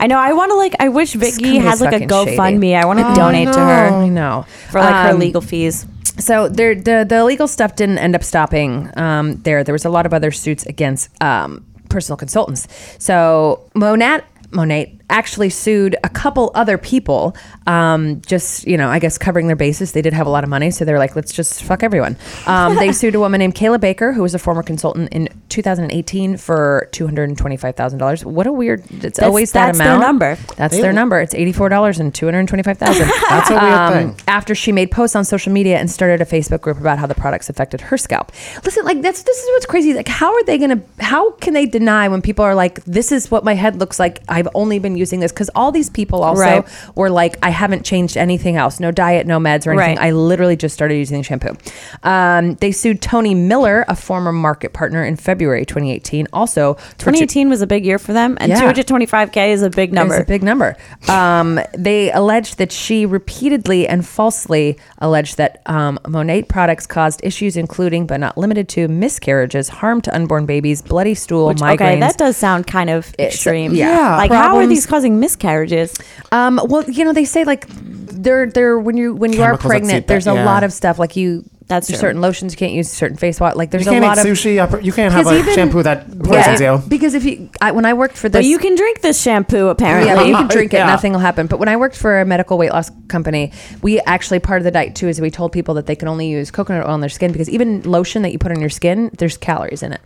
I know. I want to like. I wish Vicky company has is like a fucking shady. GoFundMe. I want to Oh, donate to her. no. I know. for like her Um, legal fees. So there, the the illegal stuff didn't end up stopping um, there. There was a lot of other suits against um, personal consultants. So Monat Monate actually sued a couple other people, um, just you know, I guess covering their bases. They did have a lot of money, so they were like, let's just fuck everyone. Um, they sued a woman named Kayla Baker, who was a former consultant in 2018 for two hundred and twenty five thousand dollars. What a weird! It's That's- always that that's their amount. number. That's They- their number. It's eighty four dollars and two hundred twenty five thousand. That's a weird um, thing. After she made posts on social media and started a Facebook group about how the products affected her scalp. Listen, like that's this is what's crazy. Like, how are they gonna? How can they deny when people are like, "This is what my head looks like. I've only been using this"? Because all these people also Right. were like, "I haven't changed anything else. No diet, no meds, or anything. Right. I literally just started using shampoo." Um, they sued Tony Miller, a former market partner, in February 2018. Also, for two- 2018 was a big year for them, and Yeah. 225k is a big number. it's a big number. Um, they alleged that she repeatedly and falsely alleged that um, Monate products caused issues, including but not limited to miscarriages, harm to unborn babies, bloody stool, Which, migraines. okay, that does sound kind of extreme. yeah. Yeah. like how are Problems. these causing miscarriages? Um, well, you know, they say like they're they're when you when you are Chemicals that seep pregnant, in, there's a yeah. lot of stuff like you. That's there's true. certain lotions you can't use, certain face wash. Like you there's can't a lot make of sushi. upper- You can't have Because a even- shampoo that poisons you. Because if you, I, when I worked for this, But you can drink this shampoo apparently. Yeah, but you *laughs* can drink it, Yeah. nothing will happen. But when I worked for a medical weight loss company, we actually part of the diet too is we told people that they can only use coconut oil on their skin because even lotion that you put on your skin, there's calories in it.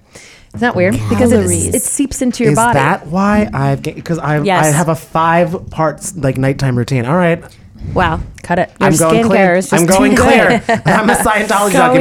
It's not weird because Calories. it, it seeps into your Is body. that why I've because I Yes. I have a five parts like nighttime routine. All right. *laughs* Wow. Cut it. Your skincare is just I'm going too clear. good. *laughs* I'm a Scientology Going junkie.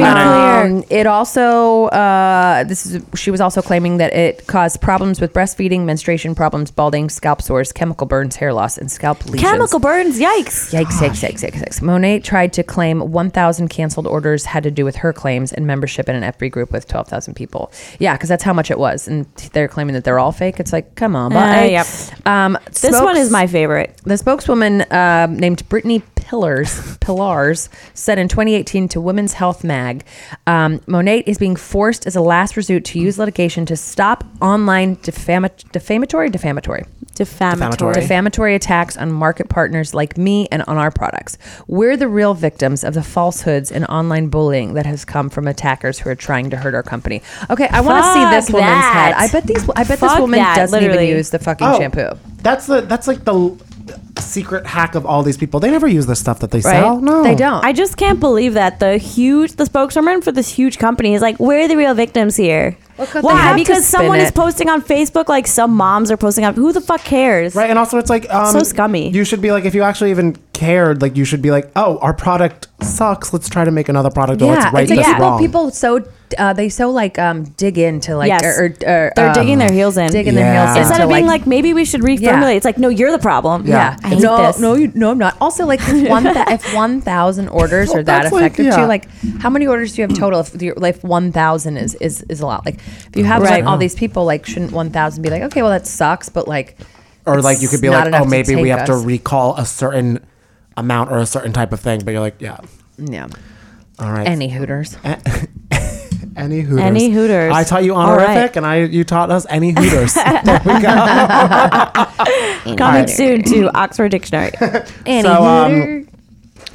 clear. man. Um, it also uh, this is she was also claiming that it caused problems with breastfeeding, menstruation problems, balding, scalp sores, chemical burns, hair loss, and scalp lesions. Chemical burns, yikes. Yikes, yikes, yikes, yikes, yikes. Monet tried to claim 1,000 canceled orders had to do with her claims and membership in an FB group with 12,000 people. Yeah, because that's how much it was. And they're claiming that they're all fake. It's like, come on. Uh, bye. yep. Um, This one is my favorite. The spokeswoman um named Brittany Pillars, Pillars said in 2018 to Women's Health Mag, um, Monet is being forced as a last resort to use litigation to stop online defama- defamatory, defamatory, Defamatory. defamatory attacks on market partners like me and on our products. We're the real victims of the falsehoods and online bullying that has come from attackers who are trying to hurt our company. Okay, I want to see this Fuck woman's head. that. I bet these. I bet Fuck this woman that, doesn't literally. even use the fucking Oh, shampoo. That's the that's like the l- secret hack of all these people. They never use the stuff that they sell. No, Oh. I just can't believe that the huge, the spokeswoman for this huge company is like, we're the real victims here. they Why? have to Because spin someone is it. posting on Facebook like some moms are posting on. Who the fuck cares? Right, and also it's like um, so scummy. You should be like, if you actually even cared, like you should be like, oh, our product sucks. Let's try to make another product. or let's right it's like this people, wrong. people so uh, they so like um, dig into like Yes. or, or, or, They're um, digging their heels in. digging their heels in Instead to, of being like, maybe we should reformulate. Yeah. It's like, no, you're the problem. yeah, I hate no, this. no, you, no, I'm not. Also, like *laughs* if one tha- if one thousand orders Well, are that that's like- effective yeah. too, like how many orders do you have total? If your like one thousand is is is a lot. Like if you have Right. like, all these people, like shouldn't one thousand be like okay, well that sucks, but like or it's like you could be not like, enough oh, to maybe we take have to us." recall a certain amount or a certain type of thing. But you're like, yeah, yeah. all right. Any Hooters. *laughs* Any Hooters. Any Hooters. I taught you All right. honorific, and I you taught us *laughs* any Hooters. Coming Alright. soon to Oxford *laughs* Dictionary. Any So, um, Hooter.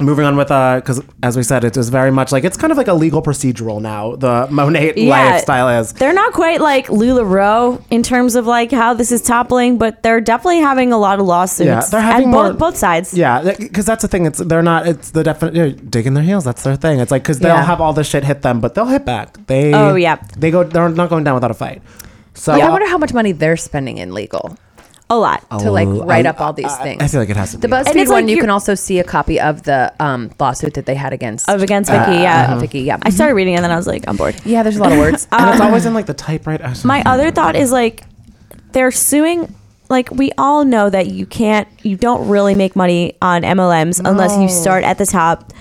*laughs* Moving on with uh, because as we said, it is very much like it's kind of like a legal procedural now. The Monet Yeah. lifestyle is. They're not quite like LuLaRoe in terms of like how this is toppling, but they're definitely having a lot of lawsuits. Yeah, they're having and more- both, both sides. Yeah, because that's the thing. It's they're not. It's the definite they're digging their heels. That's their thing. It's like because they'll Yeah. have all this shit hit them, but they'll hit back. They Oh, yeah. they go. They're not going down without a fight. So Like, I wonder how much money they're spending in legal. A lot. to like Oh, write I- up all these I- things. I feel like it has to The be. BuzzFeed And it's one, like you you- can also see a copy of the um, lawsuit that they had against uh, Of against Vicky, Uh, yeah. uh-huh. of Vicky, yeah. I started reading it and then I was like, I'm bored. Yeah, there's a lot of *laughs* words. and it's always in like the typewriter. Um, My other thought is like they're suing like we all know that you can't you don't really make money on MLMs unless you No. start at the top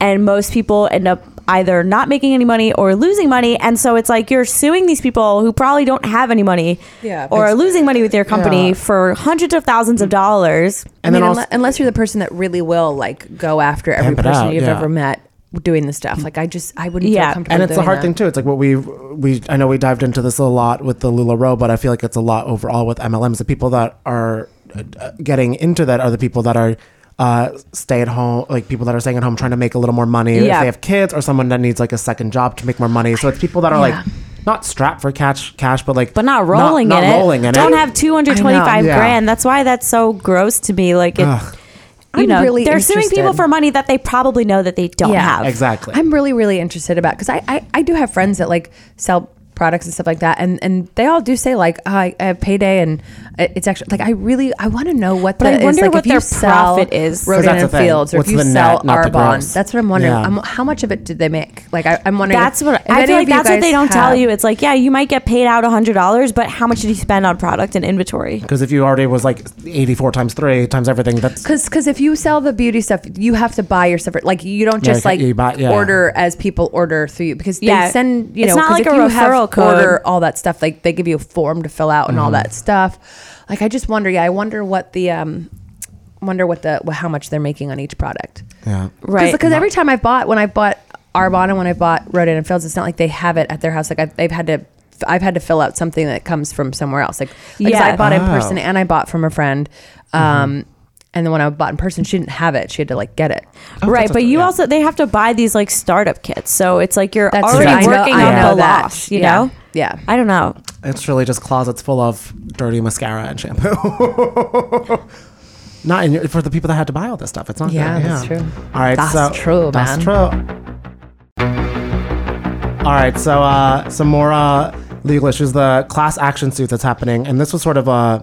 and most people end up either not making any money or losing money and so it's like you're suing these people who probably don't have any money Yeah, or are it's- losing money with your company Yeah. for hundreds of thousands of dollars I mean, unle- unless you're the person that really will like go after every Amp it person out, you've yeah. ever met doing this stuff. Like I just I wouldn't Yeah. feel comfortable. and it's the doing hard that. thing too. It's like what we we I know we dived into this a lot with the Lularoe, but I feel like it's a lot overall with MLMs. The people that are uh, getting into that are the people that are uh, stay at home, like people that are staying at home trying to make a little more money. If Yeah. they have kids or someone that needs like a second job to make more money, so it's people that are Yeah. like not strapped for cash, cash, but like but not rolling not, in not it. rolling in don't it. have 225 Yeah. grand. That's why that's so gross to me. Like, it, Ugh. you I'm know, really they're suing people interested. for money that they probably know that they don't have. I'm really, really interested about because I, I, I do have friends that like sell products and stuff like that, and and they all do say like oh, I, I have payday and it- it's actually like I really I want to know what. But I the, is, wonder like, what if you their sell profit is. 'Cause Rodin and that's the thing. Fields, or What's if you the sell net, not the Arbonne. gross? That's what I'm wondering. Yeah. I'm- how much of it did they make? Like I, I'm wondering. That's what if I any feel of like. you That's what guys they don't tell have- you. It's like, yeah, you might get paid out hundred dollars, but how much did you spend on product and inventory? Because if you already was like eighty four times three times everything, that's Cause, Cause, if you sell the beauty stuff, you have to buy your separate. Like you don't Yeah, just you- like you buy- yeah. order as people order through you because Yeah. they send you It's know. not 'cause like if a you have referral code. Order all that stuff. Like they give you a form to fill out and all Mm-hmm. Mhm. that stuff. Like I just wonder. Yeah, I wonder what the um, wonder what the wh- how much they're making on each product. yeah. Because every time I bought when I bought Arbonne and when I bought Rodin and Fields, it's not like they have it at their house. Like I've, they've had to. I've had to fill out something that comes from somewhere else. Like, like 'cause Yeah. Mm-hmm. I bought in Oh. person and I bought from a friend. Um, And then when I bought in person, she didn't have it. She had to like get it. Oh, right, but you also they have to buy these like startup kits, so it's like you're That's already right. I know- working I on know the that. loss. You Yeah. know? Yeah. I don't know. It's really just closets full of dirty mascara and shampoo. *laughs* not in your, for the people that had to buy all this stuff. It's not. Yeah, good. that's true. All right, That's so true, that's man. true. All right, so uh, some more uh, legal issues. The class action suit that's happening, and this was sort of uh,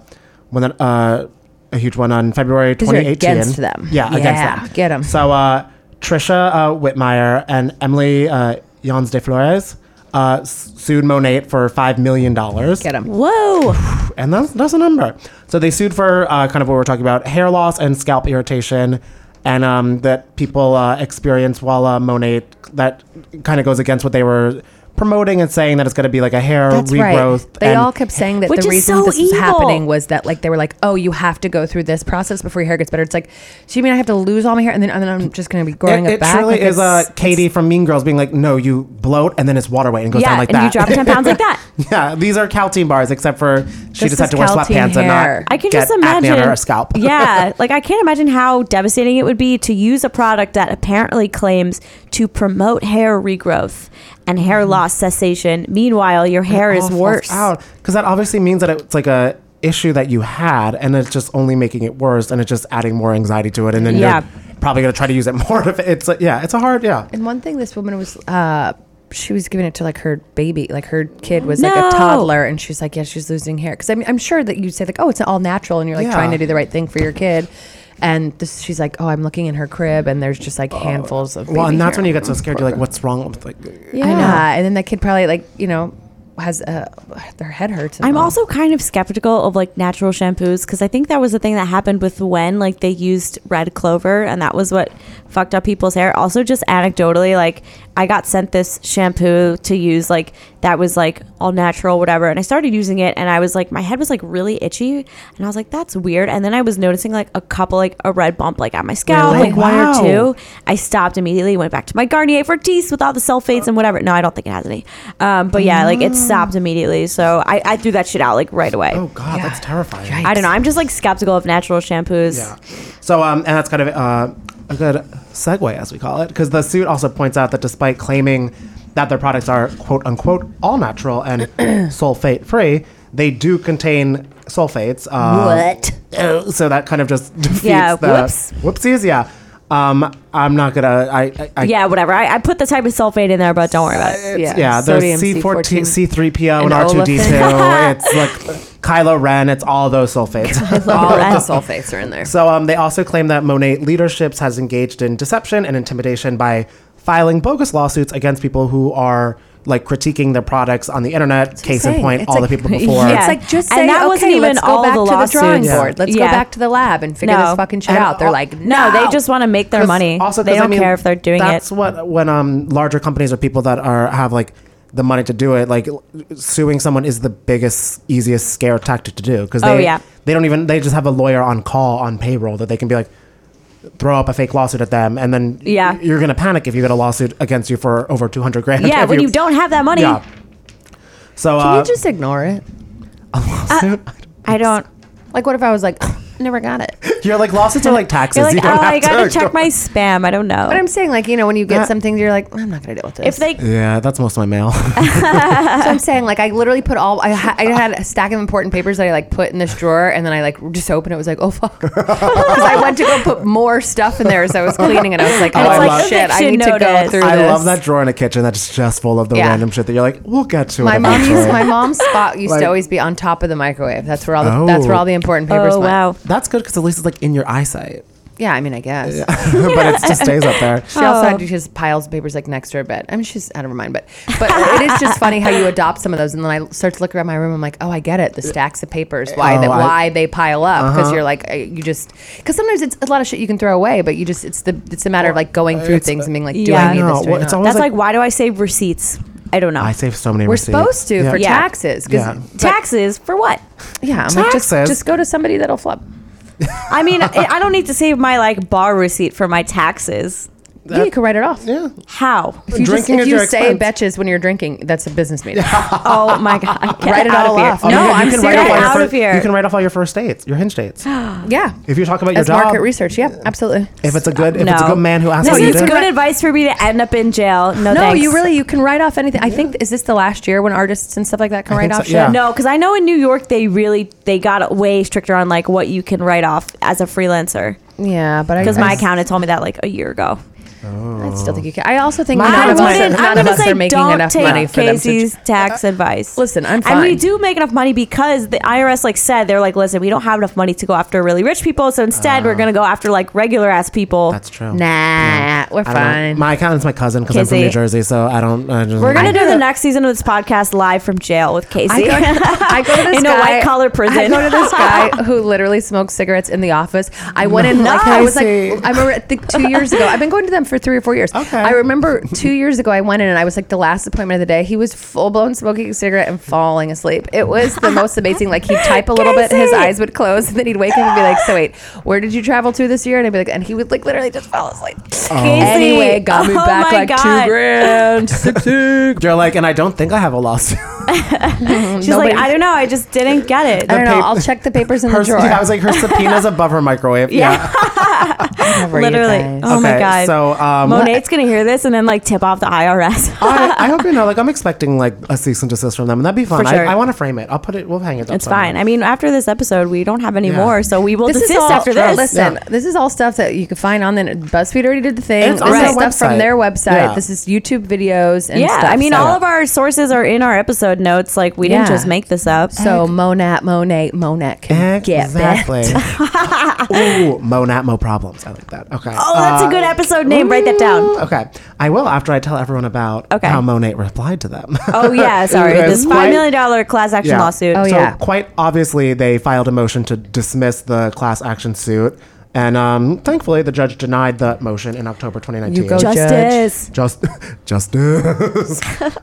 when that, uh, a huge one on February 'Cause you're 2018. against them. Yeah, against Yeah, them. get 'em. So uh, Trisha uh, Whitmire and Emily uh, Jans de Flores uh, s- sued Monate for $5 million. Get them. Whoa. And that's, that's a number. So they sued for uh, kind of what we're talking about hair loss and scalp irritation. And um, that people uh, experience while uh, Monate, that kind of goes against what they were promoting and saying that it's going to be like a hair That's regrowth. right. They and- all kept saying that Which the is reason so this was evil. happening was that like they were like, oh, you have to go through this process before your hair gets better. It's like, so you mean I have to lose all my hair and then, and then I'm just going to be growing it, it, it back? truly Like, is it's- uh, Katie from Mean Girls being like, no, you bloat and then it's water weight and goes Yeah, down like and that. you drop 10 pounds like that. *laughs* yeah, these are calcium bars, except for she This just had is to wear Caltine sweatpants hair. and not I can get just imagine. acne on *laughs* her scalp. *laughs* *laughs* yeah, like I can't imagine how devastating it would be to use a product that apparently claims to promote hair regrowth and Mm-hmm. hair loss cessation. Meanwhile, your hair is worse. Because that obviously means that it's like a issue that you had and it's just only making it worse and it's just adding more anxiety to it. And then Yeah. you're probably going to try to use it *laughs* more. If it's like, yeah, it's a hard, yeah. And one thing this woman was, uh, she was giving it to like her baby, like her kid was like No. a toddler, and she's like, yeah, she's losing hair. Because I'm, I'm sure that you say like, oh, it's all natural, and you're like Yeah. trying to do the right thing for your kid. And this, she's like, oh, I'm looking in her crib, and there's just like handfuls of. Oh. Well, baby and that's hair. when you get so scared. You're like, what's wrong with like, Yeah, and then that kid probably like you know has uh, their head hurts. and I'm all. also kind of skeptical of like natural shampoos because I think that was the thing that happened with when like they used red clover and that was what fucked up people's hair. Also, just anecdotally, like I got sent this shampoo to use like that was like all natural, whatever, and I started using it and I was like my head was like really itchy and I was like that's weird. And then I was noticing like a couple like a red bump like at my scalp, Really? like one Wow. or two. I stopped immediately, went back to my Garnier Fortis with all the sulfates and whatever. No, I don't think it has any. Um, but yeah, like it stopped immediately. So I, I threw that shit out like right away. Mm. oh, God, that's terrifying. I don't know. I'm just like skeptical of natural shampoos. Yeah. So, um, and that's kind of uh, a good segue, as we call it, because the suit also points out that despite claiming that their products are quote unquote all natural *clears throat* and sulfate free, they do contain sulfates. Uh, What? uh, *clears throat* So that kind of just *laughs* defeats Yeah, the whoops. whoopsies. Yeah. Um, I'm not gonna. I, I, I Yeah, whatever. I, I put the type of sulfate in there, but don't worry about it. yeah, there's C14, C3PO, And and *laughs* *laughs* *laughs* R2D2. it's like Kylo Ren. It's all those sulfates. all of the sulfates are in there. So um, they also claim that Monet Leaderships has engaged in deception and intimidation by filing bogus lawsuits against people who are like critiquing their products on the internet. Case in saying. point, It's all like- *laughs* the people before. It's like just And say, that okay, wasn't even let's go all back to the the drawing lawsuits. board. Let's Yeah. go back to the lab and figure No. this fucking shit And out. They're al- like, no, No, they just want to make their 'Cause money. Also, they 'cause, don't I mean, care if they're doing that's it. what when um larger companies or people that are have like the money to do it, like suing someone is the biggest, easiest scare tactic to do because Oh, they yeah. they don't even they just have a lawyer on call on payroll that they can be like throw up a fake lawsuit at them and then Yeah. you're gonna panic if you get a lawsuit against you for over two hundred grand. Yeah, if when you don't have that money, Yeah. So Can uh, you just ignore it? uh, *laughs* I don't. Like, what if I was like, never got it? you're like lawsuits are like *laughs* taxes. You're like, you oh, don't have I gotta to check my spam. I don't know. But I'm saying, like, you know, when you Yeah. get something, you're like, I'm not gonna deal with this. if they Yeah, that's most of my mail. *laughs* so I'm saying, like, I literally put all I, ha- I had a stack of important papers that I like put in this drawer, and then I like just opened it. Was like, oh fuck, *laughs* because I went to go put more stuff in there as I was cleaning, and I was like, oh, It's like shit, I need eviction to go notice. through. I this. love that drawer in a kitchen that's just full of the Yeah. random shit that you're like, we'll get to My it. mom used, eventually." my mom's spot used Like- to always be on top of the microwave. That's where all the, that's where Oh. all the important papers oh went. wow, *laughs* That's good because at least it's like in your *laughs* eyesight, *laughs* Yeah, I mean, I guess. but it just stays up there. She also Oh. had just piles of papers like next to her bed. I mean, she's out of her mind, but but it is just funny how you adopt some of those, and then I start to look around my room. I'm like, oh, I get it. The stacks of papers, why Oh, that, I- Uh-huh. why they pile up? Because you're like, uh, you just because sometimes it's a lot of shit you can throw away, but you just it's the it's a matter of like going through It's- things and being like, do Yeah. I need No, this? Or well, it's not? always that's like- like, why do I save receipts? I don't know. I save so many. We're receipts. supposed to for Yeah. taxes, 'cause- Yeah. but- Taxes for what? yeah, I'm like, just Taxes? just go to somebody that'll flub. I mean, I I don't need to save my like bar receipt for my taxes. yeah, you can write it off. Yeah. How? If you, just, Drinking if is you your say expense. betches when you're drinking, that's a business *laughs* meeting. Oh my god! Get Write it out all of here. off. Oh, you No, can- you I'm can write off serious. all your Out fir- of here. You can write off all your first dates, your hinge *gasps* dates. yeah. If you talk about your As job, market research, yeah, absolutely. if it's a good, if it's a No. good man who asks This what you is do, good advice for me to end up in jail. No, No, thanks. you really you can write off anything. I think is this the last year when artists and stuff like that can I write think so, off shit. yeah. No, because I know in New York they really they got way stricter on like what you can write off as a freelancer. Yeah, but I Because I my just- accountant told me that like a year ago. I still think you can. I also think I none of us, wouldn't- I'm none of gonna us say are making don't enough take money for Casey's them to. tax advice. Listen, I'm And we fine. do make enough money because the IRS like said they're like, listen, we don't have enough money to go after really rich people, so instead Ah. we're gonna go after like regular ass people. That's true. Nah, I don't know. My accountant's my cousin because I'm from Kizzy. New Jersey, so I don't. I just, We're gonna do the next season of this podcast live from jail with Casey. I go, I go to this *laughs* in guy, a white collar prison. I go to *laughs* this guy who literally smokes cigarettes in the office. I went in like I was like Nice. I remember I think two years ago. I've been going to them for three or four years. Okay. I remember two years ago I went in and I was like the last appointment of the day. He was full blown smoking a cigarette and falling asleep. It was the most amazing. Like he'd type a little bit, his Casey. eyes would close, and then he'd wake up and be like, "So wait, where did you travel to this year?" And I'd be like, and he would like literally just fall asleep. Casey. Anyway, got me Oh back my like God. two *laughs* grand. Six, six. You're like, and I don't think I have a lawsuit. She's Nobody- like, I don't know, I just didn't get it. Oh I don't know. I'll check the papers in Her, the drawer. yeah, I was like, her subpoena's above *laughs* her microwave. Yeah. Whatever, you Literally. guys. Oh my Okay, god. so, um, Monet's gonna hear this and then like tip off the *laughs* IRS. I, I hope *laughs* you know, like, I'm expecting like a cease and desist from them, and that'd be fun. For sure. I, I want to frame it. I'll put it. We'll hang it. up it's somewhere. fine. I mean, after this episode, we don't have any Yeah. more, so we will This desist is all, after this. Listen, this is all stuff that you can find on the BuzzFeed already did the thing. And it's This on is their stuff from website. their website. Yeah. This is YouTube videos and yeah, stuff. I mean, So- all of our sources are in our episode notes. Like, we didn't Yeah. just make this up. so Monat, Monet, Monet can Exactly. get that. *laughs* Ooh, Mo Nat Mo problems. I like that. Okay. Uh, oh, that's a good episode name. Write that down. Okay, I will after I tell everyone about Okay. how Monet replied to them. Oh *laughs* yeah, sorry. It this is five quite- million dollar class action lawsuit. Oh, so yeah. Quite obviously, they filed a motion to dismiss the class action suit, and um, thankfully, the judge denied the motion in October 2019. You go, Justice. Just, *laughs* *laughs* justice.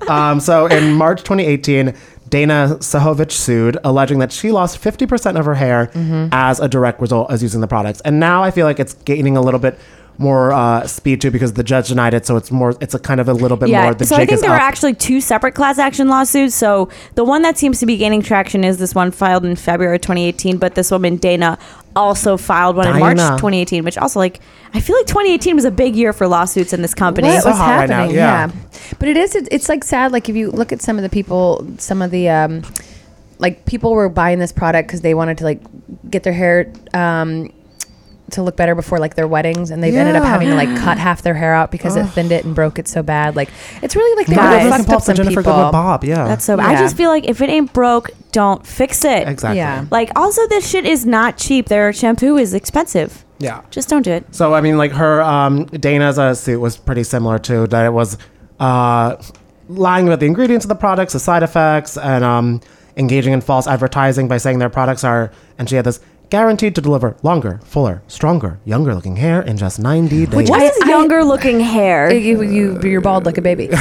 um, so in March 2018, Dana Sahovich sued, alleging that she lost 50% of her hair Mm-hmm. as a direct result as using the products. And now I feel like it's gaining a little bit more uh, speed too because the judge denied it. So it's more, it's a kind of a little bit Yeah. more. The So jig I think is there were up. actually two separate class action lawsuits. So the one that seems to be gaining traction is this one filed in February 2018, but this woman Dana also filed one in March Dana. 2018, which also like I feel like 2018 was a big year for lawsuits in this company. What So was hot right now, happening? yeah. yeah. but it is. It, it's like sad. Like if you look at some of the people, some of the um, like people were buying this product because they wanted to like get their hair um to look better before like their weddings, and they've ended up Yeah. having to like cut *gasps* half their hair out because it thinned it and broke it so bad. Like it's really like they Look at really Guys. Logan fucked Paul up for some Jennifer people. Goodwin Bob. Yeah. That's so. I Yeah. just feel like if it ain't broke, don't fix it. exactly. Yeah. Like also, this shit is not cheap. Their shampoo is expensive. Yeah. Just don't do it. So I mean, like her um, Dana's uh, suit was pretty similar to that. It was uh, lying about the ingredients of the products, the side effects, and um, engaging in false advertising by saying their products are. And she had this guaranteed to deliver longer, fuller, stronger, younger-looking hair in just ninety days. What I- is I- younger looking hair? You, you, you're bald like a *laughs* baby. So,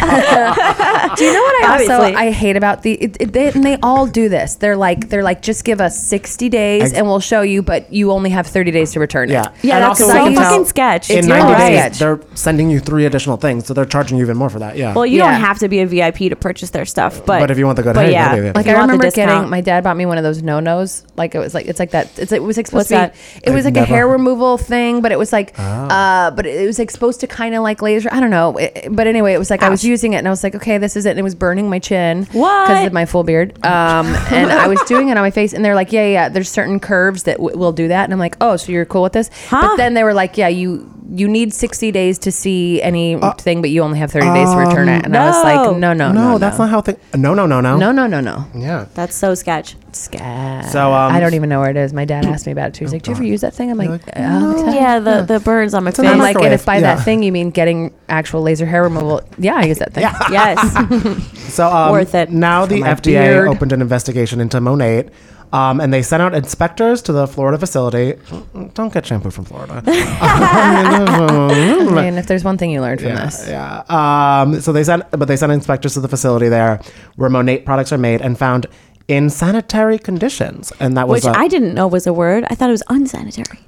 do you know what I also *laughs* Obviously. I hate about the it, it, they, and they all do this. They're like they're like just give us sixty days Ex- and we'll show you, but you only have thirty days to return it. Yeah. Yeah, And that's also so we can tell fucking sketch. in It's ninety all days, sketch. they're sending you three additional things, so they're charging you even more for that. Yeah. well, you Yeah. don't have to be a VIP to purchase their stuff, but But if you want the good but hair, you yeah, gotta be there. if Like you I want the remember discount. getting my dad bought me one of those no nos. Like it was like it's like that. It's it was like supposed What's to be. It was I've like a hair never- removal thing, but it was like, uh, but it was like supposed to kind of like laser. I don't know. It- but anyway, it was like I was using it and I was like, okay, this is it. And it was burning my chin What? because of my full beard. Um, and I was doing it on my face, and they're like, yeah, yeah. There's certain curves that w- will do that, and I'm like, oh, so you're cool with this? Huh. But then they were like, yeah, you. You need 60 days to see anything, but you only have 30 days to return it. And I was no. like, no, no, no. no, that's not how thing. No, no, no, no. No, no, no, no. Yeah. that's so sketch. Scat. So, um, Oh, I don't even know where it is. My dad asked me about it too. He's like, "Do you ever use that thing?" I'm like, like, "Uh, "Yeah." Yeah, the the burns on my face. not I'm like, and if by microwave, yeah. that thing you mean getting actual laser hair removal, yeah, I use that thing. Yeah. *laughs* yes, So um, Worth it. Now the my FDA beard. opened an investigation into Monate, um, and they sent out inspectors to the Florida facility. Don't get shampoo from *laughs* Florida. I mean, if there's one thing you learned from this, yeah. Um, so they sent, but they sent inspectors to the facility there where Monate products are made and found insanitary conditions, and that was which uh, I didn't know was a word. I thought it was unsanitary.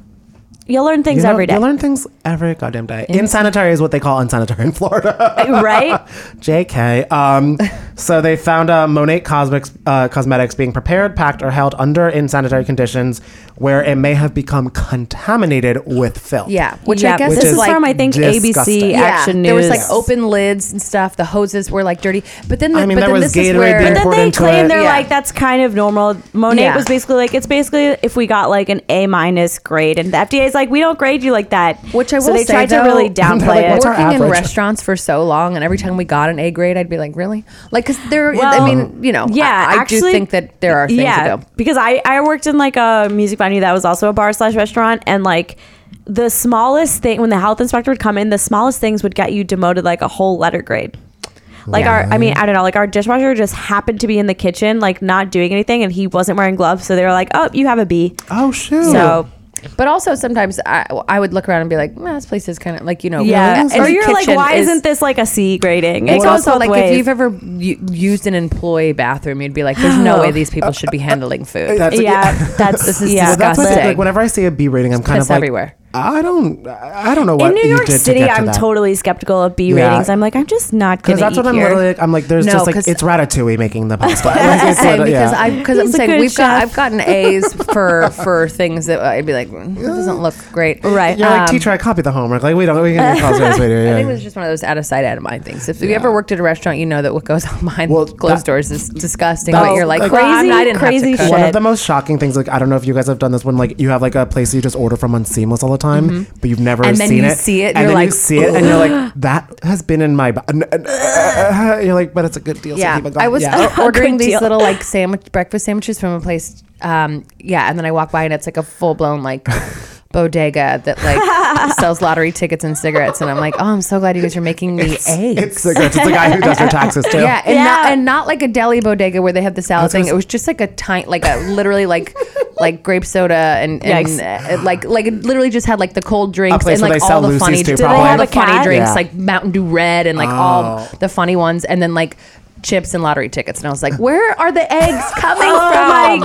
You learn you things know, every day, *laughs* You learn things every *laughs* goddamn day. Insanitary is what they call unsanitary in Florida. right? JK. Um, So they found uh, Monate Cosmics, uh, Cosmetics being prepared, packed, or held under in sanitary conditions where it may have become contaminated with filth. Yeah, which I guess this is from I think ABC disgusting. Action News. There was like open lids and stuff. The hoses were like dirty. But then, the, I mean, but there then was this is Gatorade where being But then poured they into claim it. they're Yeah. like that's kind of normal. Monet Yeah. was basically like it's basically if we got like an A minus grade, and the FDA is like we don't grade you like that. Which I so will they say, tried though, *laughs* to *laughs* really They're downplay like, it. Working in restaurants for so long, and every time we got an A grade, I'd be like, really? Like, because there, I Well, mean, you know, yeah, I, I do actually- think that there are things to do. because I I worked in like a music venue that was also a bar slash restaurant, and like the smallest thing when the health inspector would come in, the smallest things would get you demoted like a whole letter grade. Like our, I mean, I don't know. Like our dishwasher just happened to be in the kitchen, like not doing anything, and he wasn't wearing gloves, so they were like, "Oh, you have a B." Oh shoot! So But also sometimes I, I would look around and be like, "Nah, this place is kind of like you know, yeah, and or you're like, kitchen why is- is, not this like a C grading? It's goes also both like ways. if you've ever u- used an employee bathroom, you'd be like, "There's no way these people should be handling food." That's- yeah, *laughs* that's this is yeah. Well, that's disgusting. what I think, like whenever I see a B rating, I'm kind piss of like *laughs* everywhere. I don't, I I don't know what in New you York did to City, get to I'm that. totally skeptical of B Yeah. ratings. I'm like, I'm just not gonna. Because that's eat what I'm here. literally like. I'm like, there's No, just like 'cause- it's ratatouille making the pasta. Like, it's Same, literally- because yeah. I because I'm He's a saying good we've got chef. I've gotten A's for for things that I'd be like, "Mm, that doesn't look great. Right. You're like, Um, teacher, I copied the homework. Like, we don't, we can't get classmates video. I Yeah. think it was just one of those out of sight, out of mind things. If you ever worked at a restaurant, you know that what goes on behind closed that- doors is disgusting. that- But you're like, like- well, I'm- I Crazy- didn't crazy have to cook. One shit. of the most shocking things, like I don't know if you guys have done this when like you have like a place you just order from on Seamless all the time, but you've never Mm-hmm. And then seen you it. see it, and you're then you like, see it, and you're like, that has been in my. Ba- n- n- uh, you're like, but it's a good deal. So Yeah, keep it going. I was Yeah. *laughs* *laughs* ordering Good these deal. little like sandwich breakfast sandwiches from a place. Um, yeah, and then I walk by and it's like a full blown *laughs* like bodega that like sells lottery tickets and cigarettes, and I'm like, oh, I'm so glad you guys are making me eggs. It's cigarettes. It's the guy who does your taxes too. Yeah, and, Yeah. Not, and not like a deli bodega where they have the salad That's thing. just- It was just like a tiny, like a literally like like grape soda and, and uh, like like it literally just had like the cold drinks place and where like they all sell the Lucy's funny, too, all probably. the Did they have a funny cat? drinks Yeah. like Mountain Dew Red and like all Oh. the funny ones, and then like chips and lottery tickets. And I was like, where are the *laughs* eggs coming Oh from? my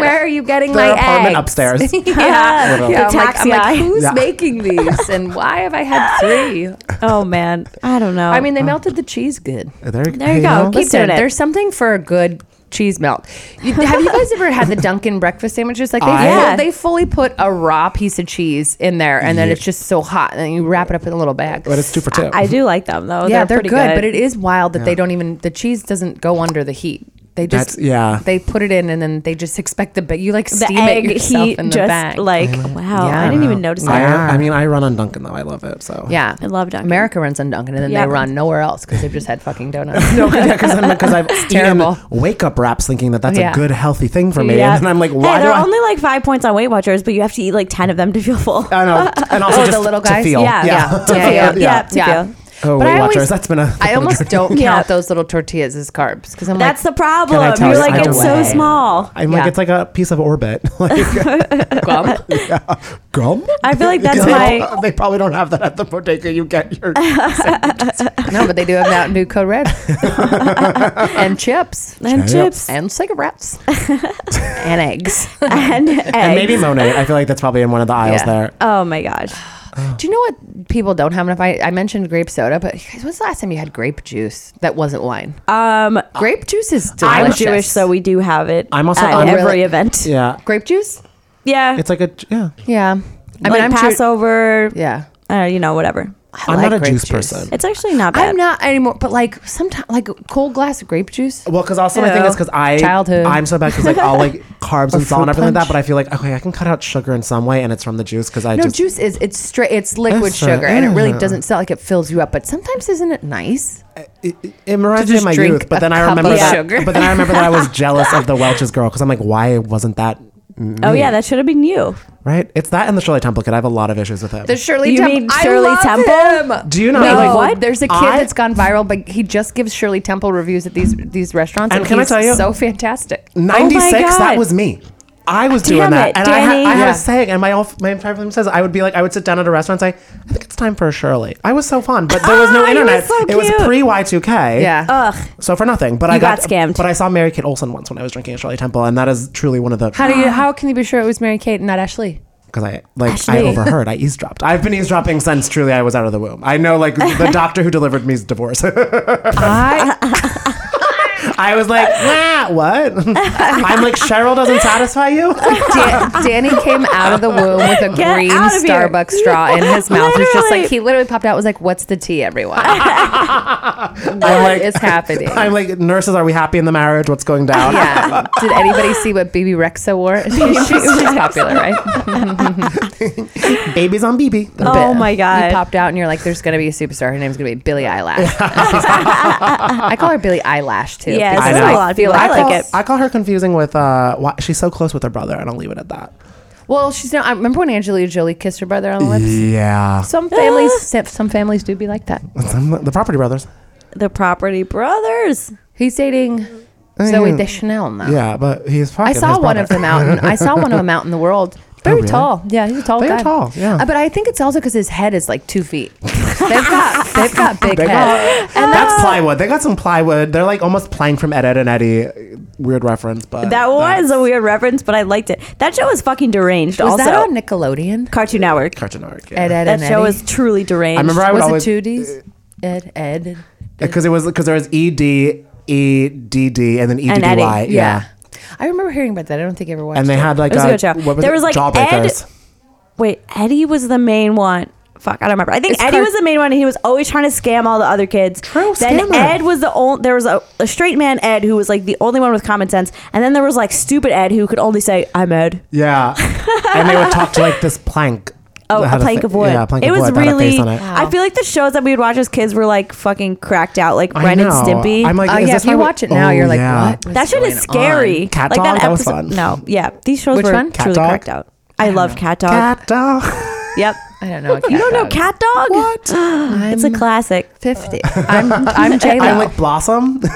*laughs* where are you getting Their my apartment eggs? *laughs* upstairs. yeah, The yeah. I'm like, I'm taxi like, eye. who's Yeah. making these, and why have I had *laughs* three? Oh man, I don't know. I oh. mean, they melted the cheese good. There, There you go. Keep Listen, doing it. there's something for a good cheese melt. You- have you guys ever had the Dunkin' breakfast sandwiches? Like they, I- full- Yeah. they fully put a raw piece of cheese in there, and then it's just so hot, and then you wrap it up in a little bag. But it's two for two. I do like them though. yeah, they're, they're, pretty good, but it is wild that they don't even the cheese doesn't go under the heat. They just That's- yeah. They put it in, and then they just expect the but you like the steam egg it yourself heat in the just bag. like wow. Yeah. I didn't even notice I, that. I mean, I run on Dunkin' though. I love it. So *laughs* yeah, I love Dunkin'. America runs on Dunkin', and then Yep. they run nowhere else because they've just had fucking donuts. No, because I'm because I've eaten Terrible. wake up wraps thinking that that's Yeah. a good healthy thing for me, Yeah. and then I'm like, Hey, why do they're I? only like five points on Weight Watchers, but you have to eat like ten of them to feel full. *laughs* *laughs* I know, and also Oh, just the little to guys? feel. Yeah. yeah, To yeah, feel, yeah, yeah, to yeah. feel. Oh, But Weight I Watchers. always- That's been a. *laughs* I *laughs* almost don't count Yeah. those little tortillas as carbs because I'm That's like, the problem. Can I tell You're you like something? it's so Way. small. I'm Yeah. like, it's like a piece of orbit. *laughs* like *laughs* gum. I feel like that's *laughs* They my. don't- They probably don't have that at the bodega. You get *laughs* your. no, but they do have Mountain Dew Code *laughs* Red and chips And Giant. chips and cigarettes and eggs. *laughs* and eggs. and maybe Monet. I feel like that's probably in one of the aisles Yeah. there. Oh my gosh. Do you know what people don't have enough? I, I mentioned grape soda, but you guys, when's the last time you had grape juice that wasn't wine? Um, grape juice is delicious. I'm Jewish, so we do have it Uh, I'm also- at I'm every really- event. Yeah, Yeah, grape juice. it's like a yeah. Yeah, I like mean, I'm Jew- Passover. yeah, uh, you know, whatever. I I'm like not a grape juice person. It's actually not bad. I'm not anymore, but like sometimes, like a cold glass of grape juice. Well, because also my thing Ew. is because I Childhood. I'm so bad because like *laughs* I'll like carbs and salt fruit and everything punch. like that, but I feel like okay, I can cut out sugar in some way, and it's from the juice because I No, just juice is it's straight it's liquid It's, uh, sugar and it really yeah. doesn't sound like it fills you up. But sometimes isn't it nice? it, it- it To reminds me just of my drink youth, a but then I cup remember of that. sugar. But then I remember that I was jealous of the Welch's girl because I'm like, why wasn't that? me? oh yeah, that should have been you. right. It's that and the Shirley Temple kid. I have a lot of issues with him. The Shirley You Temple. mean Shirley Temple? Do you not Wait, like- what? There's a kid I- that's gone viral, but he just gives Shirley Temple reviews at these these restaurants, And and, can I he's tell you- so fantastic. Oh, Ninety six. God. that was me. I was Damn doing that, it, and I, had, Danny. I had Yeah. a saying, and my whole, my entire family says I would be like, I would sit down at a restaurant and say, I think it's time for a Shirley. I was so fun, but there was no Ah, you were internet. so it was cute. pre Y two K. Yeah. Ugh. So for nothing, but I You got, got scammed. But I saw Mary Kate Olsen once when I was drinking at Shirley Temple, and that is truly one of the How do you? How can you be sure it was Mary Kate and not Ashley? because I like I Ashley. overheard. I eavesdropped. I've been eavesdropping since truly I *laughs* was out of the womb. I know like the doctor who delivered me's divorce. I *laughs* I was like, *laughs* nah, what? I'm like, Cheryl doesn't satisfy you? Dan- Danny came out of the womb with a Get green out of here. Starbucks straw in his mouth. It's just Literally. like he literally popped out. Was like, "What's the tea, everyone? I'm What is happening?" *laughs* I'm like, nurses, are we happy in the marriage? What's going down? Yeah. Did anybody see what BB Rexa wore? *laughs* She, she, she's popular, right? Babies on BB. Oh my God. You popped out and you're like, "There's gonna be a superstar. Her name's gonna be Billie Eyelash." *laughs* And she's like- I call her Billie Eyelash too. Yes, because I know. I a lot of feel people. I like like that's- it. I call her confusing with, uh, why, she's so close with her brother, and I'll leave it at that. Well, she's not. I remember when Angelina Jolie kissed her brother on the lips. Yeah. Some families, *laughs* some families do be like that. the Property Brothers. The Property Brothers. He's dating Zoe Deschanel now. Yeah, but he's fucking I his saw one brother. Oh, of them out. In, I *laughs* saw one of them out in the world. Very really? tall. Yeah, he's a tall Very guy. tall, yeah. Uh, but I think it's also because his head is like two feet. they've got they've *laughs* got big They heads. got, Ah. that's plywood. They got some plywood. They're like almost plank from Ed, Ed and Eddie. Weird reference, but That was a weird reference, but I liked it. That show was fucking deranged. Was also, that on Nickelodeon? Cartoon Network. Cartoon Network. Ed, Ed, that and Eddie? show was truly deranged. I remember I would was always- it two D's? uh, Ed, Ed, because it was because there was E D E D D and then E D and D Eddie. Y. Yeah. I remember hearing about that. I don't think I ever watched. And they it. had like It was a uh, good show. What was There it? was, like, Jawbreakers. Ed- Wait, Eddie was the main one. Fuck, I don't remember. I think It's Eddie cart- was the main one, and he was always trying to scam all the other kids. True, then scammer. Ed was the only. There was a, a straight man, Ed, who was like the only one with common sense, and then there was like stupid Ed, who could only say, "I'm Ed." Yeah. and they would talk to like this plank. Oh, that a had plank fa- of wood. Yeah, a plank it of was wood. that had a really. face on it. I feel like the shows that we would watch as kids were like fucking cracked out, like I Ren and know. Stimpy. I'm like, Oh, is yeah, this if you why we- watch it now, Oh, you're like, yeah. what? that shit is scary. Cat like dog? That was episode- fun. No, yeah, these shows Which were one? Cat truly dog? cracked out. I, love Cat Dog. Cat dog. Yep. I don't know. *laughs* a You cat don't know dog. Cat Dog? What? *gasps* it's a classic. *laughs* Fifty. I'm I'm J I'm Lo. like Blossom. *laughs*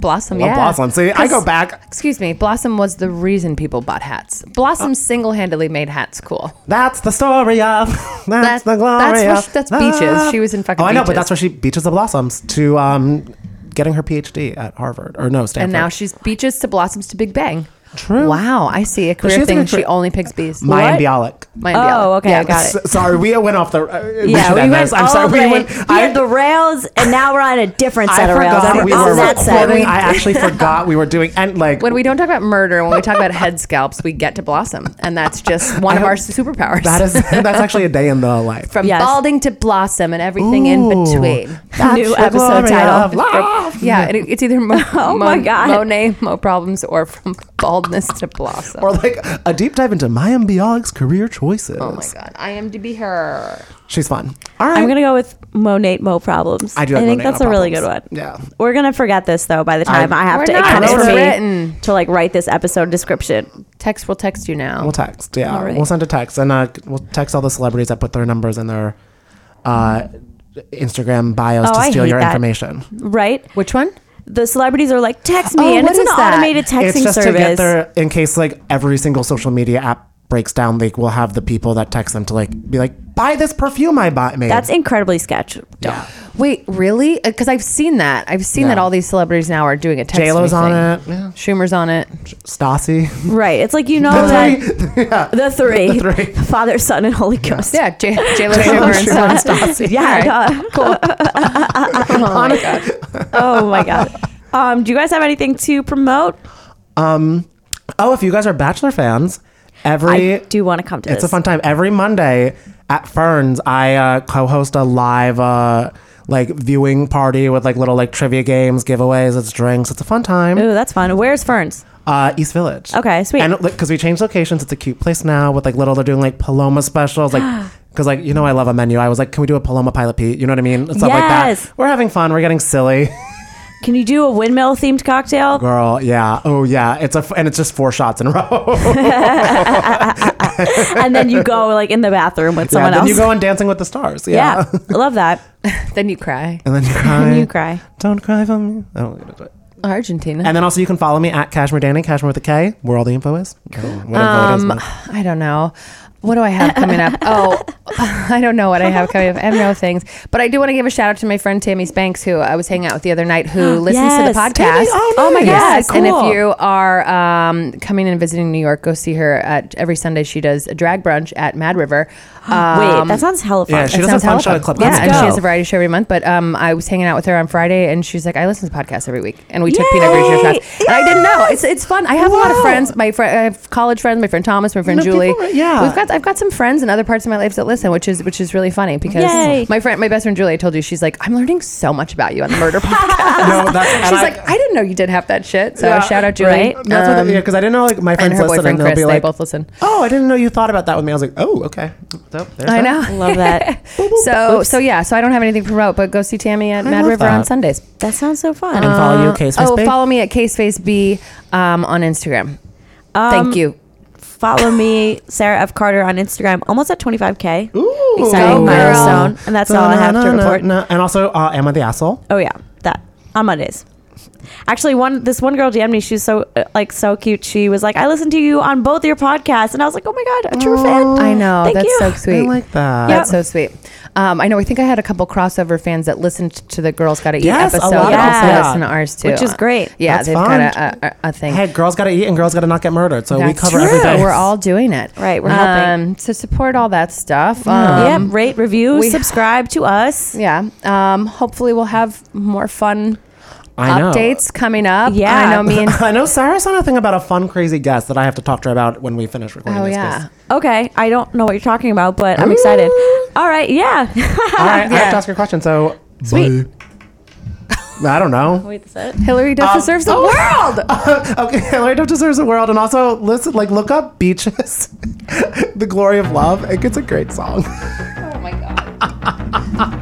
Blossom. Love Yeah. Oh, Blossom. See, I go back. Excuse me. Blossom was the reason people bought hats. Blossom Uh. single-handedly made hats cool. That's the story of. *laughs* That's That- the glory that's where of she- that's love. Beaches. She was in fucking Oh, I know, but Beaches. that's where she beaches the blossoms to um, getting her PhD at Harvard or no Stanford. And now she's beaches to blossoms to Big Bang. True. Wow, I see a she career has a thing. good She career- only picks bees. Mayan What? Bialik. Mayan Bialik. Oh, okay, I got it. S- sorry, we went off the. Uh, we Yeah, should we end went this. I'm all sorry, the way. we went. we had the rails, and now we're on a different *laughs* I set of rails. forgot we on were that set. recording. I actually forgot we were doing and like When we don't talk about murder, when we talk about head scalps, we get to blossom, and that's just one *laughs* I of our hope- superpowers. *laughs* that is that's actually a day in the life. from Yes. balding to blossom and everything in Ooh, between. that's New the episode glory title. of love. Yeah, it, it's *laughs* either mo- Oh mo- my God. Monet Mo problems or from baldness to blossom. Or like a deep dive into Mayim Bialik's career choices. oh my god, I am to be her. she's fun. All right, I'm gonna go with Monate Mo problems. I do like I think Monate Mo that's a really good one. problems. Yeah. We're gonna forget this though by the time I, I- have We're to. It not. comes It's for me written. to like write this episode description. Text will text you now. We'll text. Yeah, All right. we'll send a text, and uh, we'll text all the celebrities that put their numbers in their uh, Instagram bios Oh, to I steal hate your that. information. Right? Which one? The celebrities are like, text me, Oh, and what it's an is that? automated texting it's just service. to get their in case like every single social media app breaks down. Like we'll have the people that text them to like be like, buy this perfume I bought made. that's incredibly sketch. Don't. Wait, really? Because I've seen that. I've seen that Yeah. all these celebrities now are doing a text. J Lo's me on thing. it. Yeah. Schumer's on *laughs* it. Stassi. Right. It's like you *laughs* know that the three, *laughs* Father, Son, and Holy Ghost. Yeah, J Lo Schumer and Stan *laughs* Stassi. Yeah, All right, cool. oh my god. Oh my *laughs* god. Um, do you guys have anything to promote? Um, oh, if you guys are Bachelor fans, every I do want to come to it's this. a fun time. Every Monday at Ferns, I uh, co-host a live uh, like viewing party with like little like trivia games, giveaways, it's drinks. It's a fun time. Ooh, that's fun. Where's Ferns? Uh, East Village. Okay, sweet. And because we changed locations, it's a cute place now with like little. They're doing like Paloma *gasps* specials, like. Because like you know, I love a menu. I was like, "Can we do a Paloma Pilot Pete?" You know what I mean? Stuff like Yes. that. We're having fun. We're getting silly, *laughs* Can you do a windmill themed cocktail? girl. Yeah. Oh yeah. It's a f- and it's just four shots in a row. *laughs* *laughs* and then you go like in the bathroom with someone yeah, else. Then you go on Dancing with the Stars. Yeah. yeah. I love that. Then you cry. *laughs* and then you cry. *laughs* And you cry. Don't cry for me. I don't get it, but- Argentina. And then also you *laughs* can follow me at Cashmere Danny, Cashmere with a K, where all the info is. Whatever it is Um, now. I don't know. What do I have coming *laughs* up? Oh, I don't know what I have coming up. I have no things. But I do want to give a shout out to my friend Tammy Spanks, who I was hanging out with the other night, *gasps* who listens to Yes. the podcast. Tammy? Oh, my nice. Yes. Yeah, And cool. if you are um, coming and visiting New York, go see her at every Sunday. She does a drag brunch at Mad *gasps* River. Um, that sounds hella fun. Yeah, she that does a sounds fun hella show at Club Yeah, Let's and she go. has a variety show every month. But um, I was hanging out with her on Friday, and she's like, "I listen to podcasts every week," and we took peanut butter shots. And I didn't know. It's it's fun. I have a lot of friends. My friend, I have college friends. My friend Thomas. My friend No, Julie. people are- yeah. we've got I've got some friends in other parts of my life that listen, which is which is really funny because Yay. my friend, my best friend Julie, I told you, she's like, "I'm learning so much about you on the *laughs* murder podcast." No, that's- and she's I- like, "I didn't know you did half that shit." So Yeah, shout out Julie. right? And That's what Um, they because I didn't know like my and friends her listen boyfriend and they'll Chris, be they like, both listen. "Oh, I didn't know you thought about that with me." I was like, "Oh, okay." So, there's I that. know. Love *laughs* that. So so yeah, so I don't have anything to promote, but go see Tammy at Mad love River on that. Sundays. That sounds so fun. And follow you, Case Oh, Face follow me at Caseface B um, on Instagram. Um, Thank you. Follow me, Sarah F. Carter, on Instagram. Almost at 25K. Ooh, Exciting Go, girl. milestone. And that's all I have to Na-na-na-na-na. report. And also, uh, am I the asshole? Oh yeah, that on Mondays. Actually, one this one girl DM'd me. She was so uh, like so cute. She was like, "I listened to you on both your podcasts," and I was like, "Oh my god, a true fan." I know. Thank that's you. so sweet. oh, I like that. That's so sweet. Um, I know. I think I had a couple crossover fans that listened to the Girls Gotta Eat Yes, a episode. lot of that them. also listen to ours too, Which is great. Yeah, That's they've fun. got a, a, a thing. Hey, girls gotta eat and girls gotta not get murdered. So we That's cover true. everything. We're all doing it. Right, we're helping. Um, to support all that stuff. Yeah, Um, rate, review, we- *laughs* subscribe to us. yeah. Um, hopefully, we'll have more fun I know. updates coming up. Yeah. I know. Me *laughs* and I know Sarah saw nothing about a fun, crazy guest that I have to talk to her about when we finish recording oh this. yeah. case. Okay, I don't know what you're talking about, but I'm excited. All right, yeah. Ah, All right, I have to ask her a question. So, Sweet. Bye. I don't know. *laughs* Oh. Wait, that's it. Hillary Duff deserves the world. *laughs* okay, Hillary Duff deserves the world, and also listen, like, look up "Beaches," *laughs* "The Glory of Love." It gets a great song. Oh my god.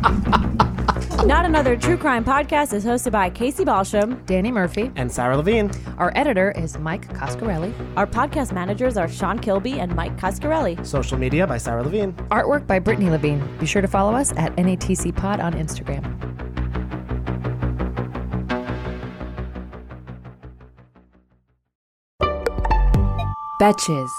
Not another true crime podcast is hosted by Casey Balsham. Danny Murphy. And Sarah Levine. Our editor is Mike Coscarelli. Our podcast managers are Sean Kilby and Mike Coscarelli. Social media by Sarah Levine. Artwork by Brittany Levine. Be sure to follow us at NATC Pod on Instagram. Betches.